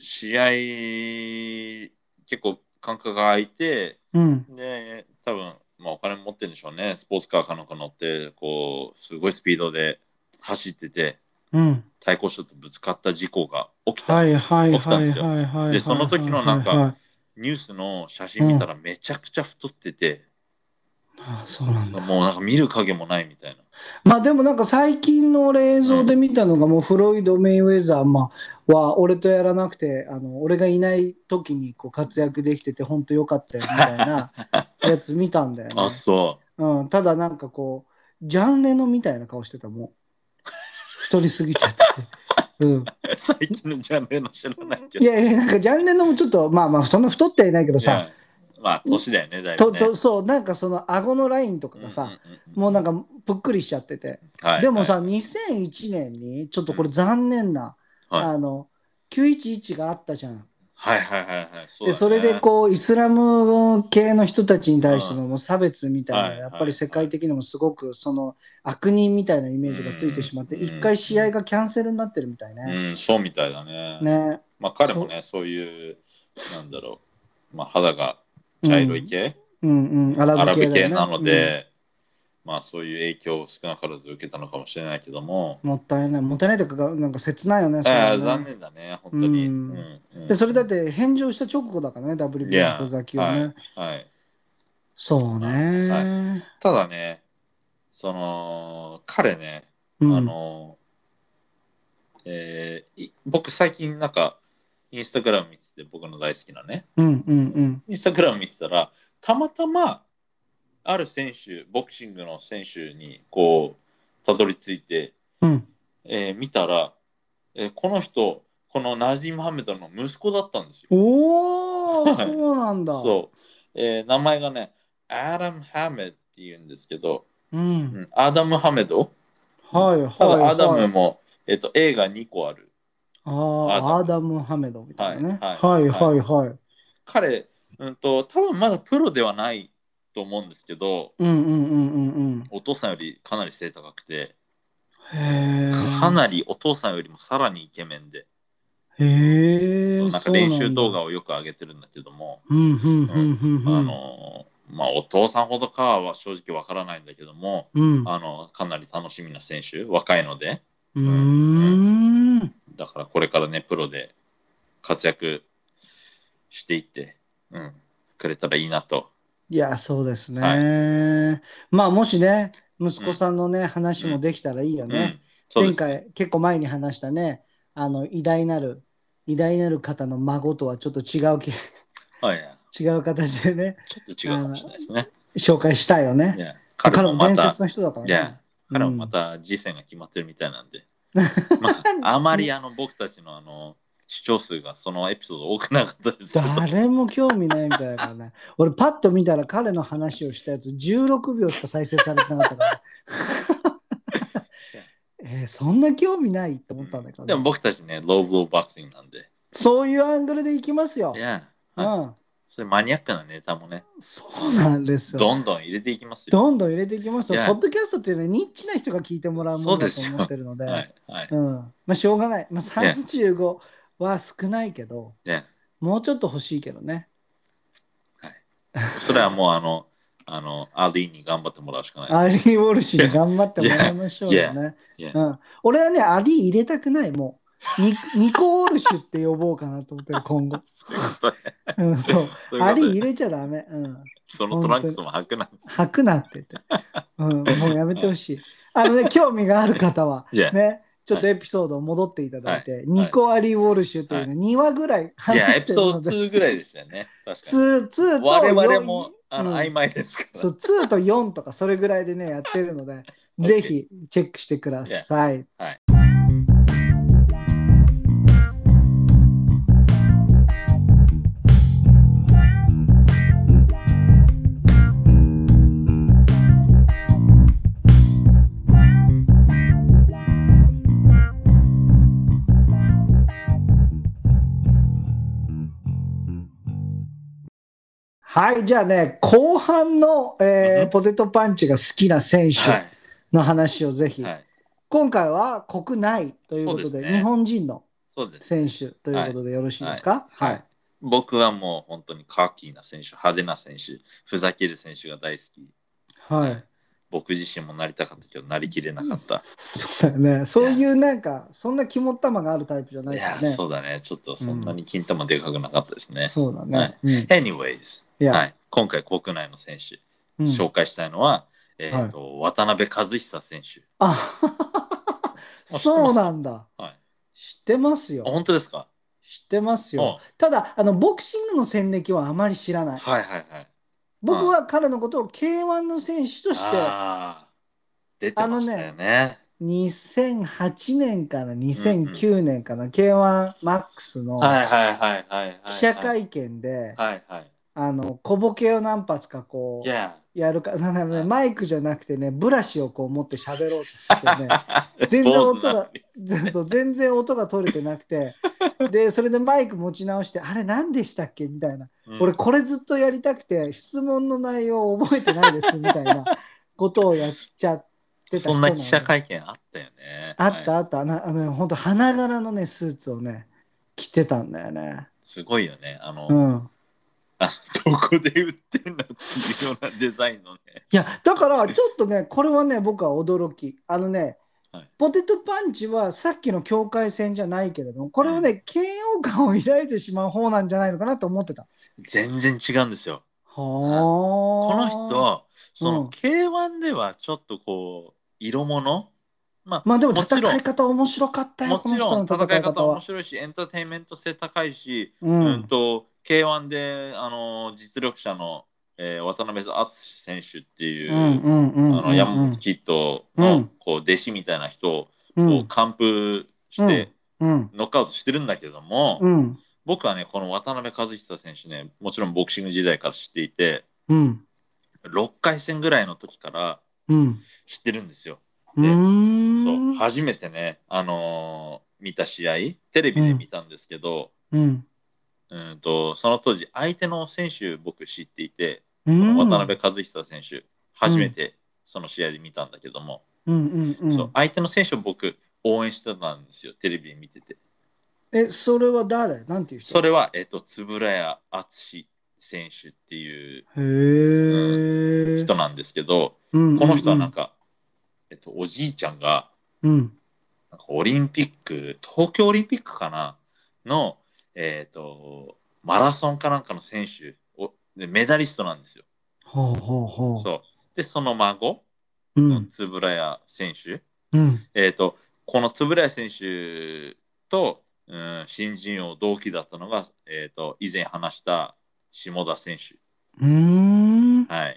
試合、結構間隔が空いて、
うん。
で、多分まあお金持ってるんでしょうね。スポーツカーかなんか乗って、こう、すごいスピードで走ってて、
うん。
対向車とぶつかった事故が起きた。
はいはい
起きた
は
ん
い
ですよ
はいはい。
でその時のなんか
はいはいはい
ニュースの写真見たらめちゃくちゃ太ってて、
ああ、そうなんだ。
もうなんか見る影もないみたいな。
まあでもなんか最近の俺映像で見たのがもうフロイド・メイウェザー、まあ、は俺とやらなくてあの俺がいない時にこう活躍できてて本当よかったよみた いなやつ見たんだよね。
あ、そ
うん、ただなんかこう、ジャンレノみたいな顔してたもん。太りすぎち ゃってて。うん、
う。最近のジャンルの知らないけ
い
ど。
やいや、なんかジャンレノもちょっと、まあまあ、そんな太ってはいないけどさ、
いやまあ、年だよね、だいぶ、
と
ね。
とそう、なんかその顎のラインとかがさ、
うんうん
もうなんかぷっくりしちゃってて。
うん、はい
でもさ、
はい
2001年に、ちょっとこれ残念な、
はい
あの、911があったじゃん。
はいはいはいはい。そ
でそれでこうイスラム系の人たちに対してのもう差別みたい
は
ないやっぱり世界的にもすごくその悪人みたいなイメージがついてしまって
うん
一回試合がキャンセルになってるみたいうね。
ね。うん、そうみたいだね。
ね
まあ彼もね、そういう、なんだろう、まあ肌が茶色い系、
うんうん、ア
ア
ラ
ラ
ブ系
ブ
だよ
系
ね
なので、まあそういう影響を少なからず受けたのかもしれないけども、
うんもったいないもったいないというかなんか切ないよね。それ
あ
は
あ
ね
残念だね、本当に。
う
うんんうん
でそれだって返上した直後だからね WBO の小崎はね。
はい。はい
そうね。
はいただね、その、彼ね、
うん、
あの、えーい僕最近なんか、インスタグラム見てて、僕の大好きなね、
うんうん
インスタグラム見てたら、たまたま、ある選手、ボクシングの選手に、こう、たどり着いて、
うん。うん。
えー見たら、えーこの人、このナジム・ハメドの息子だったんですよ。は
おお、
い
そうなんだ。
そう。えー名前がね、アダム・ハメドっていうんですけど、
う。。
うんんアダム・ハメド
はいはい、はい。
ただアダムも、えっと、A が2個ある。
ああ、アダム・ハメドみたいなね。は
はいい
は
はいい
はい。
彼、うんと、多分まだプロではないと思うんですけど、
うんうんうんうんうん。
お父さんよりかなり背高くて、
へえ。
かなりお父さんよりもさらにイケメンで、
へえ。
そうなんか練習動画
を。
をよく上げてるんだけども、
うんうんうんうんうん。
あのーまあ、お父さんほどかは正直わからないんだけども、
うん。
あのかなり楽しみな選手、若いので、
うーん。
だからこれからね、プロで活躍していって、うん、くれたらいいなと。
いや、そうですね。
は
まあ、もしね、息子さんのね、話もできたらいいよ
う
ね
ん。そうで
前
すね
回、結構前に話したね、あの、偉大なる、偉大なる方の孫とはちょっと違うけ、
はいはい
違う形でね、
ちょっと違うかもしれないですね。
紹介したいよね。
Yeah
彼
彼
も
もま
伝
た
説、の人だから
Yeah
ね。
彼もまた次戦が決まってるみたいなん で、まあ、あまりあの僕たちのあの視聴数がそのエピソード多くなかったですけど、
誰も興味ないみたいだからね。俺、パッと見たら彼の話をしたやつ16秒しか再生されてなかった から。えーそんな興味ないって思ったんだけどね、
でも僕たちね、ローブローボクシングなんで、
そういうアングルでいきますよ。
Yeah
う
はい
ん。
そういうマニアックなネタもね、
そうなんですよ。
どんどん入れていきますよ。
どんどん入れていきますよ。
Yeah
ポッドキャストっていうのはニッチな人が聞いてもらうものだと
そうですよ
思ってるので、
はいはい。
うん。まあ、しょうがない。まあ、35は少ないけど、
ね
もうちょっと欲しいけどね。
それはもうあの、あの、アディに頑張ってもらうしかない。
アリー・ウォルシュに頑張ってもらいましょうよね。
Yeah.
うん、俺はね、アリー入れたくない、もう。ニニコ・ウォルシュって呼ぼうかなと思ってる、今後。
そういうことね
うん、
そう
そう。
いうことね
アリー入れちゃダメ。うん。
そのトランクスも履くなんです。
吐くなって言って。うん、もうやめてほしい。あのね、興味がある方は、
Yeah
ね、ちょっとエピソードを戻っていただいて、ニコ・アリー・ウォルシュというの2話ぐらい
いや、
話
エ
して
ピ
る
ソ
の
ード
で、
2ぐらいでしたよね。確かに。
2, 2と
我々
よ
もあの、
うん
曖昧ですか
そ
ら。
う2と4とかそれぐらいでね、やって るので、ぜひチェックしてください。
はい
はい、じゃあね、後半の、えー
うん
ポテトパンチが好きな選手
は
の話をぜひ、
い。はい。
今回は国内ということ
そ
で
うですね
日本人の
そうです。
選手ということでよろしいですかはい、
僕はもう本当にカーキーな選手、派手な選手、ふざける選手が大好き。
はい
僕自身もなりたかったけど、なりきれなかった。
そうだよねそういうなんかそんな肝っ玉があるタイプじゃない
い
から
や、
ね
そうだね。ちょっとそんなに金玉でかくなかったですね。
そうだね、
はい
うんい
Anyways、
や、
はい、今回国内の選手、
うん
紹介したいのは、えーと渡辺和久選手。
あ
ます
そうなんだ
はい、あ
知ってますよ
本当ですか
知ってます
うん
よただあのボクシングの戦歴はあまり知らない
はいはいはい。
僕は彼のことを K1 の選手として
あー出てましたよね。
2008年から2009年かな、K1 マックスの
はいはいはいはいはい。
記者会見で、
はいはい。
あの小ボケを何発かこ
いうや。
やるかなんかね
はい
マイクじゃなくてねブラシをこう持って喋ろうとして ね全然
坊
音
主なの
が
に
全 そう全然音が取れてなくてでそれでマイク持ち直してあれ何でしたっけみたいな
うん
俺これずっとやりたくて質問の内容を覚えてないですみた いなことをやっちゃってた人
そんな記者会見あったよね。
あった
はい
あった、なあの本当花柄のねスーツをね着てたんだよね。
すごいよね。あの、
うん、
どこで売ってんのっていうようなデザインのね。
いやだからちょっとねこれはね僕は驚きあのね、
はい
ポテトパンチはさっきの境界線じゃないけれどもこれはね、嫌悪感を抱いてしまう方なんじゃないのかなと思ってた。
全然違うんですよ。こ
こ
の人その、
うん
K1 ではちょっとこう色物まあ
まあでも
もちろん
戦い方面白かったよ
もちろん
この人の
戦い方面白いしエンターテインメント性高いし、
う
うん
ん、
と K1 であの実力者の、えー渡辺淳選手っていう、
うんうんうん
あの山本キッドの、
うん
こう弟子みたいな人を
う
こうん完封して
うん
ノックアウトしてるんだけども、
うん
僕はねこの渡辺和久選手ねもちろんボクシング時代から知っていて
うん
6回戦ぐらいの時から
うん
知ってるんですよ。そ
う
うん初めてね、あのー見た試合テレビで見たんですけど、
うん
うん、とその当時相手の選手僕知っていて、
うん
渡辺和久選手初めてその試合で見たんだけども、
うんうんうん
そう相手の選手を僕応援してたんですよテレビ見てて
えそれは誰なんていう人
それは、えっと円谷淳選手っていう
へえ、
人なんですけど、
うんうんうん
この人はなんか、えっと、おじいちゃんが
うん
なんかオリンピック東京オリンピックかなの、えー、とマラソンかなんかの選手をでメダリストなんですよ。
ほうほうほ
そうでその孫
うう
の円
ん
谷選手、
うん
えー、とこの円谷選手と、うん、新人王同期だったのが、えー、と以前話した下田選手。
うーん
はい、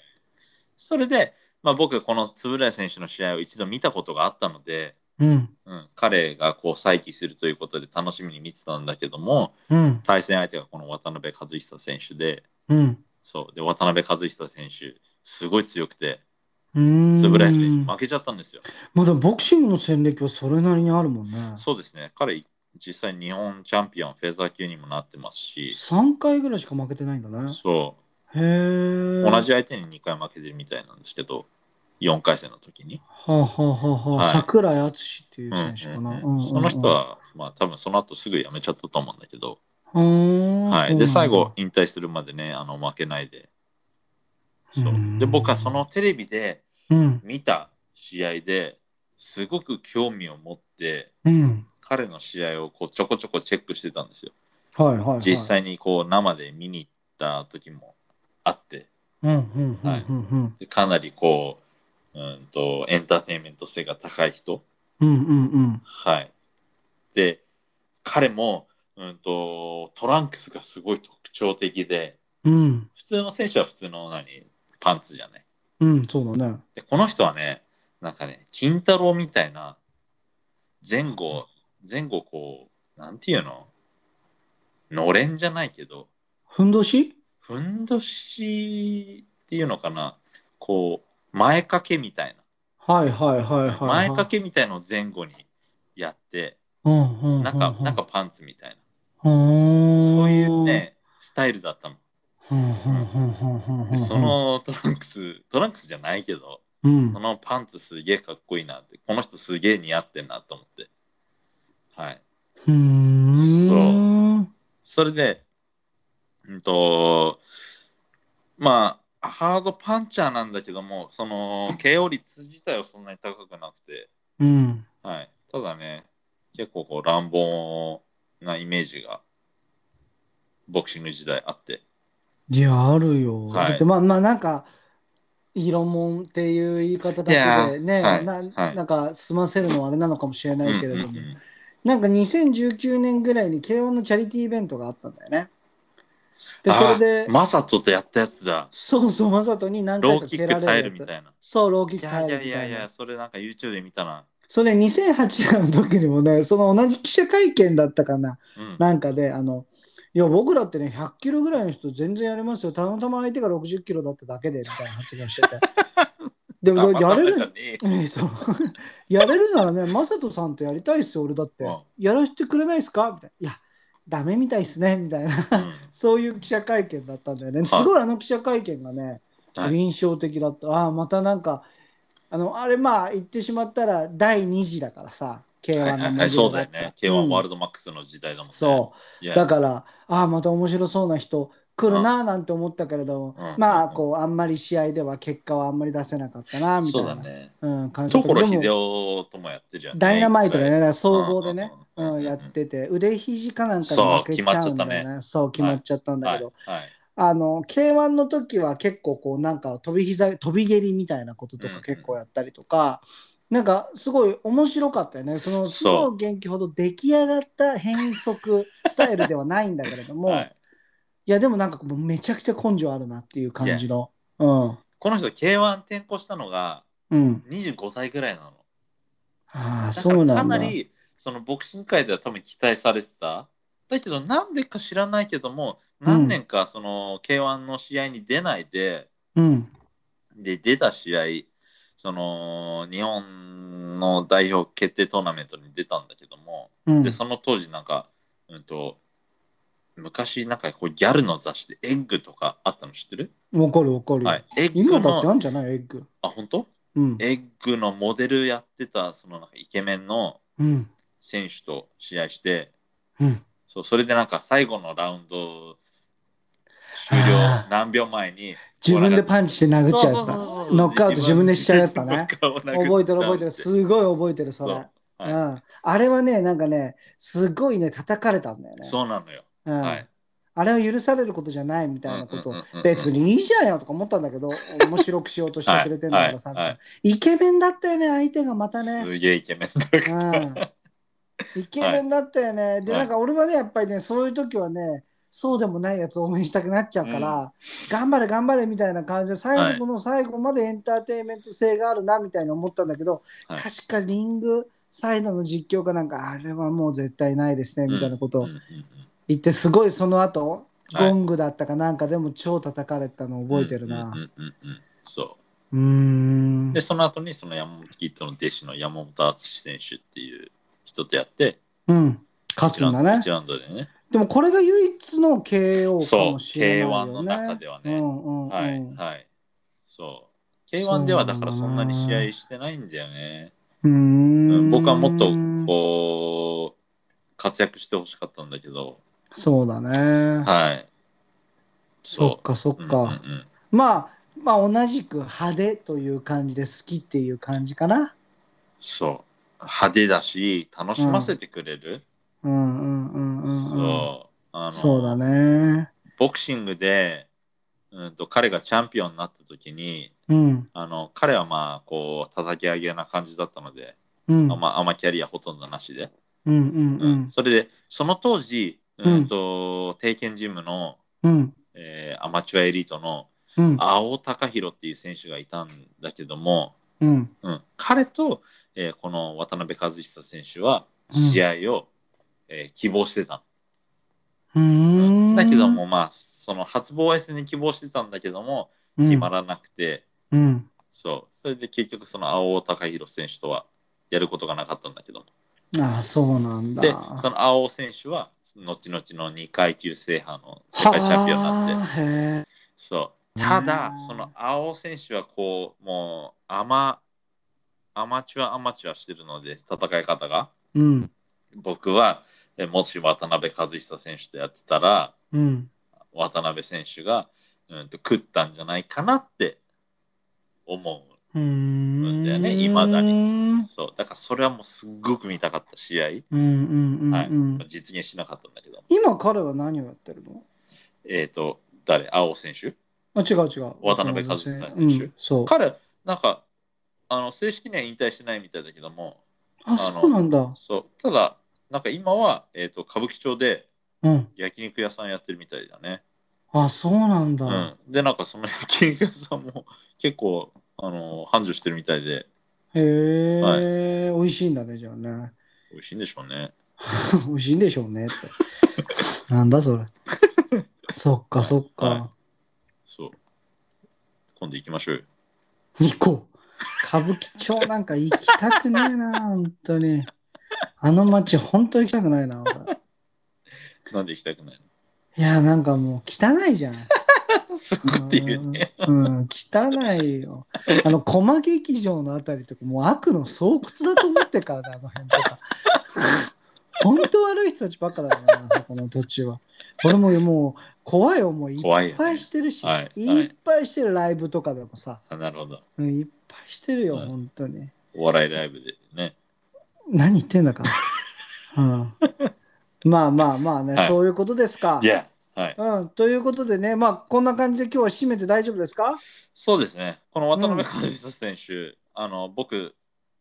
それで、まあ、僕この円谷選手の試合を一度見たことがあったので、
うん
うん、彼がこう再起するということで楽しみに見てたんだけども
うん
対戦相手がこの渡辺和久選手で
うん
そうで渡辺和久選手すごい強くて
うーん
円谷選手負けちゃったんですよ。
まだボクシングの戦歴はそれなりにあるもんね
そうですね彼実際日本チャンピオンフェザー級にもなってますし
3回ぐらいしか負けてないんだね
そ
へ
う
え
同じ相手に2回負けてるみたいなんですけど4回戦の時に、
はあはあはあは
は
あ
い
桜井敦ってい
う
う
んうん
選手かなうん
う
うん
ん
うん
その人はまあ多分その後すぐ辞めちゃったと思うんだけど、
うーん
はい、
そうなん
で
だ
最後引退するまでねあの負けないでそう
うん
で僕はそのテレビで
うん
見た試合ですごく興味を持って
うん
彼の試合をこうちょこちょこチェックしてたんですよ。
はいはいはい
実際にこう生で見に行った時もあって
うんうんうん
はい
うんうん
でかなりこううんとエンターテインメント性が高い人。
うんうんうん
はい、で彼もうんとトランクスがすごい特徴的で
うん
普通の選手は普通の何パンツじゃない。
うんそうだね
でこの人はねなんかね金太郎みたいな前後前後こうなんていうののれんじゃないけど
ふんどし
ふんどしっていうのかなこう前掛けみたい
はいはいはいはい
な
はい
前掛けみたいのを前後にやって
うんうんうんうん
なんかなんかパンツみたいな
そ
そういうねスタイルだったのでそ
そ、
のトランクストランクスじゃないけど
うん
そ、のパンツすげえかっこいいなって、この人すげえ似合ってんなと思って。はい。
うーん
それで、うんと、まあ、ハードパンチャーなんだけども、その、KO 率自体はそんなに高くなくて、
うん
はい。ただね、結構こう乱暴なイメージが、ボクシング時代あって。
いやあるよ、
はい
だってまあまあなんか色もんっていう言い方
いや
だけで
ー
ね、
はい
な
はい
なんか済ませるのはあれなのかもしれないけれど
う
も、
んうんうん
なんか2019年ぐらいに K1 のチャリティーイベントがあったんだよねで
あ
それで
マサトとやったやつだ。
そうそうまさとに何
ロ
回
ー
か
キ
蹴
ッ
ら
ク耐える
れる
み
やつ
たいな。
そうローキッ
い
ク
や
耐
い
え
や
るみ
い
た
や
い
い
な
や、それなんか YouTube で見たな。
それ2008年の時にもねその同じ記者会見だったかな
うん。
なんかで、あの、いや、僕らってね、100キロぐらいの人全然やれますよ。たまたま相手が60キロだっただけで、みたいな発 言してて。でも、
あ
やれ
またま
る、
たね
ええそう やれるならね、マサトさんとやりたいっすよ、俺だって
うん。
やらせてくれないですかみたいな。いや、ダメみたいっすね、みたいな。
うん
そういう記者会見だったんだよね。すごいあの記者会見がね、
はい
印象的だった。ああ、またなんか、あの、あれまあ、言ってしまったら第2次だからさ、
はい
K1
は
の
い
ね
はい、 そうだよね。K1 ワー
ル
ルドマックスの時代だもんね。
そう。
いや
だから、ああ、また面白そうな人来るなあなんて思ったけれども、
うん
まあ、こう、あんまり試合では結果はあんまり出せなかったな、みた
そ
いうな、
だね。
うん、感じだった
所
で
秀
も、
夫ともやってるよね。
ダイナマイトでね、だ
一
か
回。
ら総合でね、
う
うん
うんうんうん
ん、やってて、腕肘かなんかに
そう
負けちゃうんだよね。そう、決まっちゃったんだけど、
はい。はい
あの K1 の時は結構こうなんか飛び膝飛び蹴りみたいなことと
うんう
か
ん
結構やったりとか、なんかすごい面白かったよねその須
そう
藤元気ほど出来上がった変則スタイルではないんだけれども、、
はいい、
やでもなんかもうめちゃくちゃ根性あるなっていう感じの、うん
この人 K1 転向したのが
うん
25歳ぐらいなの
ああ
だ
そ
か
う
ら
な
か
んだ
なりそのボクシング界では多分期待されてただけどなんでか知らないけども何年かその K1 の試合に出ないで、
うん
で出た試合その日本の代表決定トーナメントに出たんだけども、
うん
でその当時なんか、うん、と昔なんかこうギャルの雑誌でエッグとかあったの知ってる、
わかるわかる、
はい、エッ
今
グ
だってあ
の
んじゃないエッグ
あ本当
うん
エッグのモデルやってたそのなんかイケメンの
うん
選手と試合して
うん
そうそれでなんか最後のラウンド終了
あー
何秒前に
自分でパンチして殴っちゃうや
そうそう
つだ
そうそう
ノックアウト自分でしちゃうやつだね
自分でノックアウト
覚えてる覚えてる
して
すごい覚えてるそれ
そう
う
はい
ん、あれはねなんかねすごいね叩かれたんだよね
そうなのよ。
うん
はい。
あれは許されることじゃないみたいなこと
うんうんうんうん
別にいいじゃんよとか思ったんだけど面白くしようとしてくれてんだからさ、
はいはいは
イケメンだったよね相手がまたね
すげえイケメンだけど。
うん、イケメンだったよね、で
はい
なんか俺はねやっぱりねそういう時はねそうでもないやつを応援したくなっちゃうから、頑張れ頑張れみたいな感じで最後の最後までエンターテインメント性があるなみたいに思ったんだけど、
はい
確かリングサイドの実況かなんかあれはもう絶対ないですねみたいなこ
う
とを
んうんうん
言ってすごいその後
はい
ゴングだったかなんかでも超叩かれたの覚えてる
うんうん
な
うんうんそう
ー
う。
ん
で、その後にその山本キッドの弟子の山本敦選手っていう人とやって、
うん勝つんだね
1ラウンドでね。
でもこれが唯一の KO か
そう、
もしれない
K1
よ、ね。
の中では
う
ね。
んうんうん
はい、はい。そう。K1 ではだからそんなに試合してないんだよね。
うー
うん
ん
僕はもっとこう、活躍してほしかったんだけど、
そうだね。
はい。
そっかそっ
う
か。
うんうんうん
まあまあ同じく派手という感じで好きっていう感じかな。
そう。派手だし、楽しませてくれる。
うんうんうんうん、うん。
そう。あの
そうだね。
ボクシングで、うん、と彼がチャンピオンになった時に
うん
あの彼はまあこう叩き上げな感じだったので、
うん
あんまあんまキャリアほとんどなしで、
うんうんう
うん
ん
それでその当時、うんと帝拳ジムの、
うん
えーアマチュアエリートの
うん
青貴弘っていう選手がいたんだけども、
うん
うん、彼と、えーこの渡辺和久選手は試合を、えー希望してたの。
うーん。
だけどもまあその初防衛戦に希望してたんだけども
うん
決まらなくて、
うん
そうそれで結局その青尾貴弘選手とはやることがなかったんだけども
ああそうなんだ。
でその青尾選手は後々の2階級制覇の世界チャンピオンになって
はあへえ。
そうただ
うん
その青尾選手はこうもうアマアマチュアアマチュアしてるので戦い方が
うん
僕はえもし渡辺和久選手とやってたら
うん。
渡辺選手が、うん、と食ったんじゃないかなって思
う
う
ー
ん
ん。
だよね未だ
に
う。そうだからそれはもうすっごく見たかった試合、
うんうんうんうん
はい実現しなかったんだけど
今彼は何をやってるの
えっ、と誰青選手
あ違う違う。
渡辺和也選手
うんそう。
彼なんかあの正式には引退してないみたいだけども
あそうなんだ。
そうただなんか今は、えー、と歌舞伎町で
うん。
焼肉屋さんやってるみたいだね、
あそうな
う
んだ。
ん、でなんかその焼肉屋さんも結構あの繁盛してるみたいで
へえ。美味しいんだねじゃあね。
美味しいんでしょうね
美味しいんでしょうねって。なんだそれ。そっかそっ
は
か。
そう今度行きましょうよ
行こう。歌舞伎町なんか行きたくねえ な本当に。あの街本当行きたくないな。俺
なんで行きたくない
いやなんかもう汚いじゃん。
のそこっていうね。
うん、汚いよ。あの、駒劇場のあたりとか、もう悪の巣窟だと思ってからだ、あの辺とか。本当悪い人たちばっかだよな、あそこの土地は。俺ももう怖い思いい
怖い
っ
よ、
ぱ
ね
い。してるし、
はいい、
っぱいしてるライブとかでもさ、
あなるほど。
うんいっぱいしてるよ、
はい
本当に。
お笑いライブでね。
何言 ってんだか。うん、まあまあまあね、
はい
そういうことですか。
いや、はい。
うん、ということでね、まあ、こんな感じで今日は締めて大丈夫ですか
そうですね。この渡
うん
辺和久選手、あの僕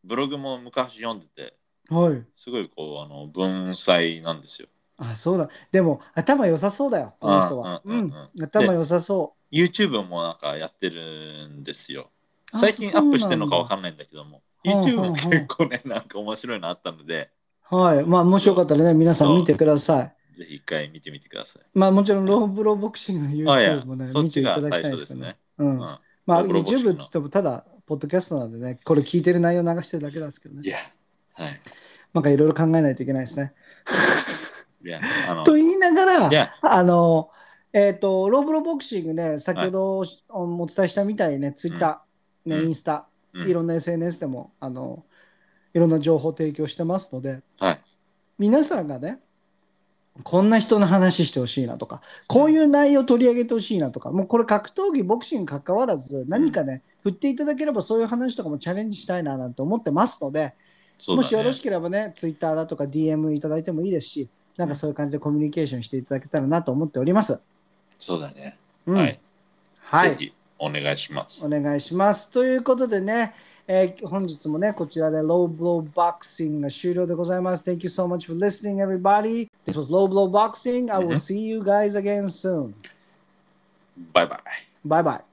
ブログも昔読んでて、
はい。
すごいこうあの文才なんですよ。
あ、そうだ。でも、頭良さそうだよ、この人は。
う
うん
うんうん
ん
うん、
頭良さそ
YouTube もなんかやってるんですよ。
あ
最近
そ
ア
うなんだ
ップしてるのかわかんないんだけども、
うんうんうん
YouTube も結構ね、なんか面白いのあったので、
う。はい。まあ、もしよかったらね、皆さん見てください。
ぜひ一回見てみてください。
まあ、もちろん、ローブローボクシングの
あいや
YouTube もね、
そっ
見て
ち
いた
が
だ
最
きたい
初
で
です
け
す
どね
ね。。
うん。
うん
まあ、
ローブローボクシングの
YouTube っつっても、ただ、ポッドキャストなんでね、これ聞いてる内容流してるだけなんですけど
い
ね。
や、はい。
なんかいろいろ考えないといけないですね。
いや、あの、
と言いながら
い、や、
あの、えっ、と、ローブロボクシングね、先ほどおお伝えしたみたいにね、ツイッター、ね、
うん
インスタ、
うん
いろんな SNS でも、あの、いろんな情報提供してますので、
はい。
皆さんがね、こんな人の話してほしいなとか、こういう内容取り上げてほしいなとか、もうこれ格闘技、ボクシング関わらず、何かね、振っていただければそういう話とかもチャレンジしたいななんて思ってますので、
そうだね、
もしよろしければね、ツイッターだとか DM いただいてもいいですし、なんかそういう感じでコミュニケーションしていただけたらなと思っております。
そうだね。
うん
はい。
は
ぜ
い。
ひお願いします
お。願いします。ということでね、えー本日もね、こちらで Low Blow Boxing が終了でございます。Thank you so much for listening, everybody. This was Low Blow Boxing. I will see you guys again soon.
バイバイ。
Bye bye.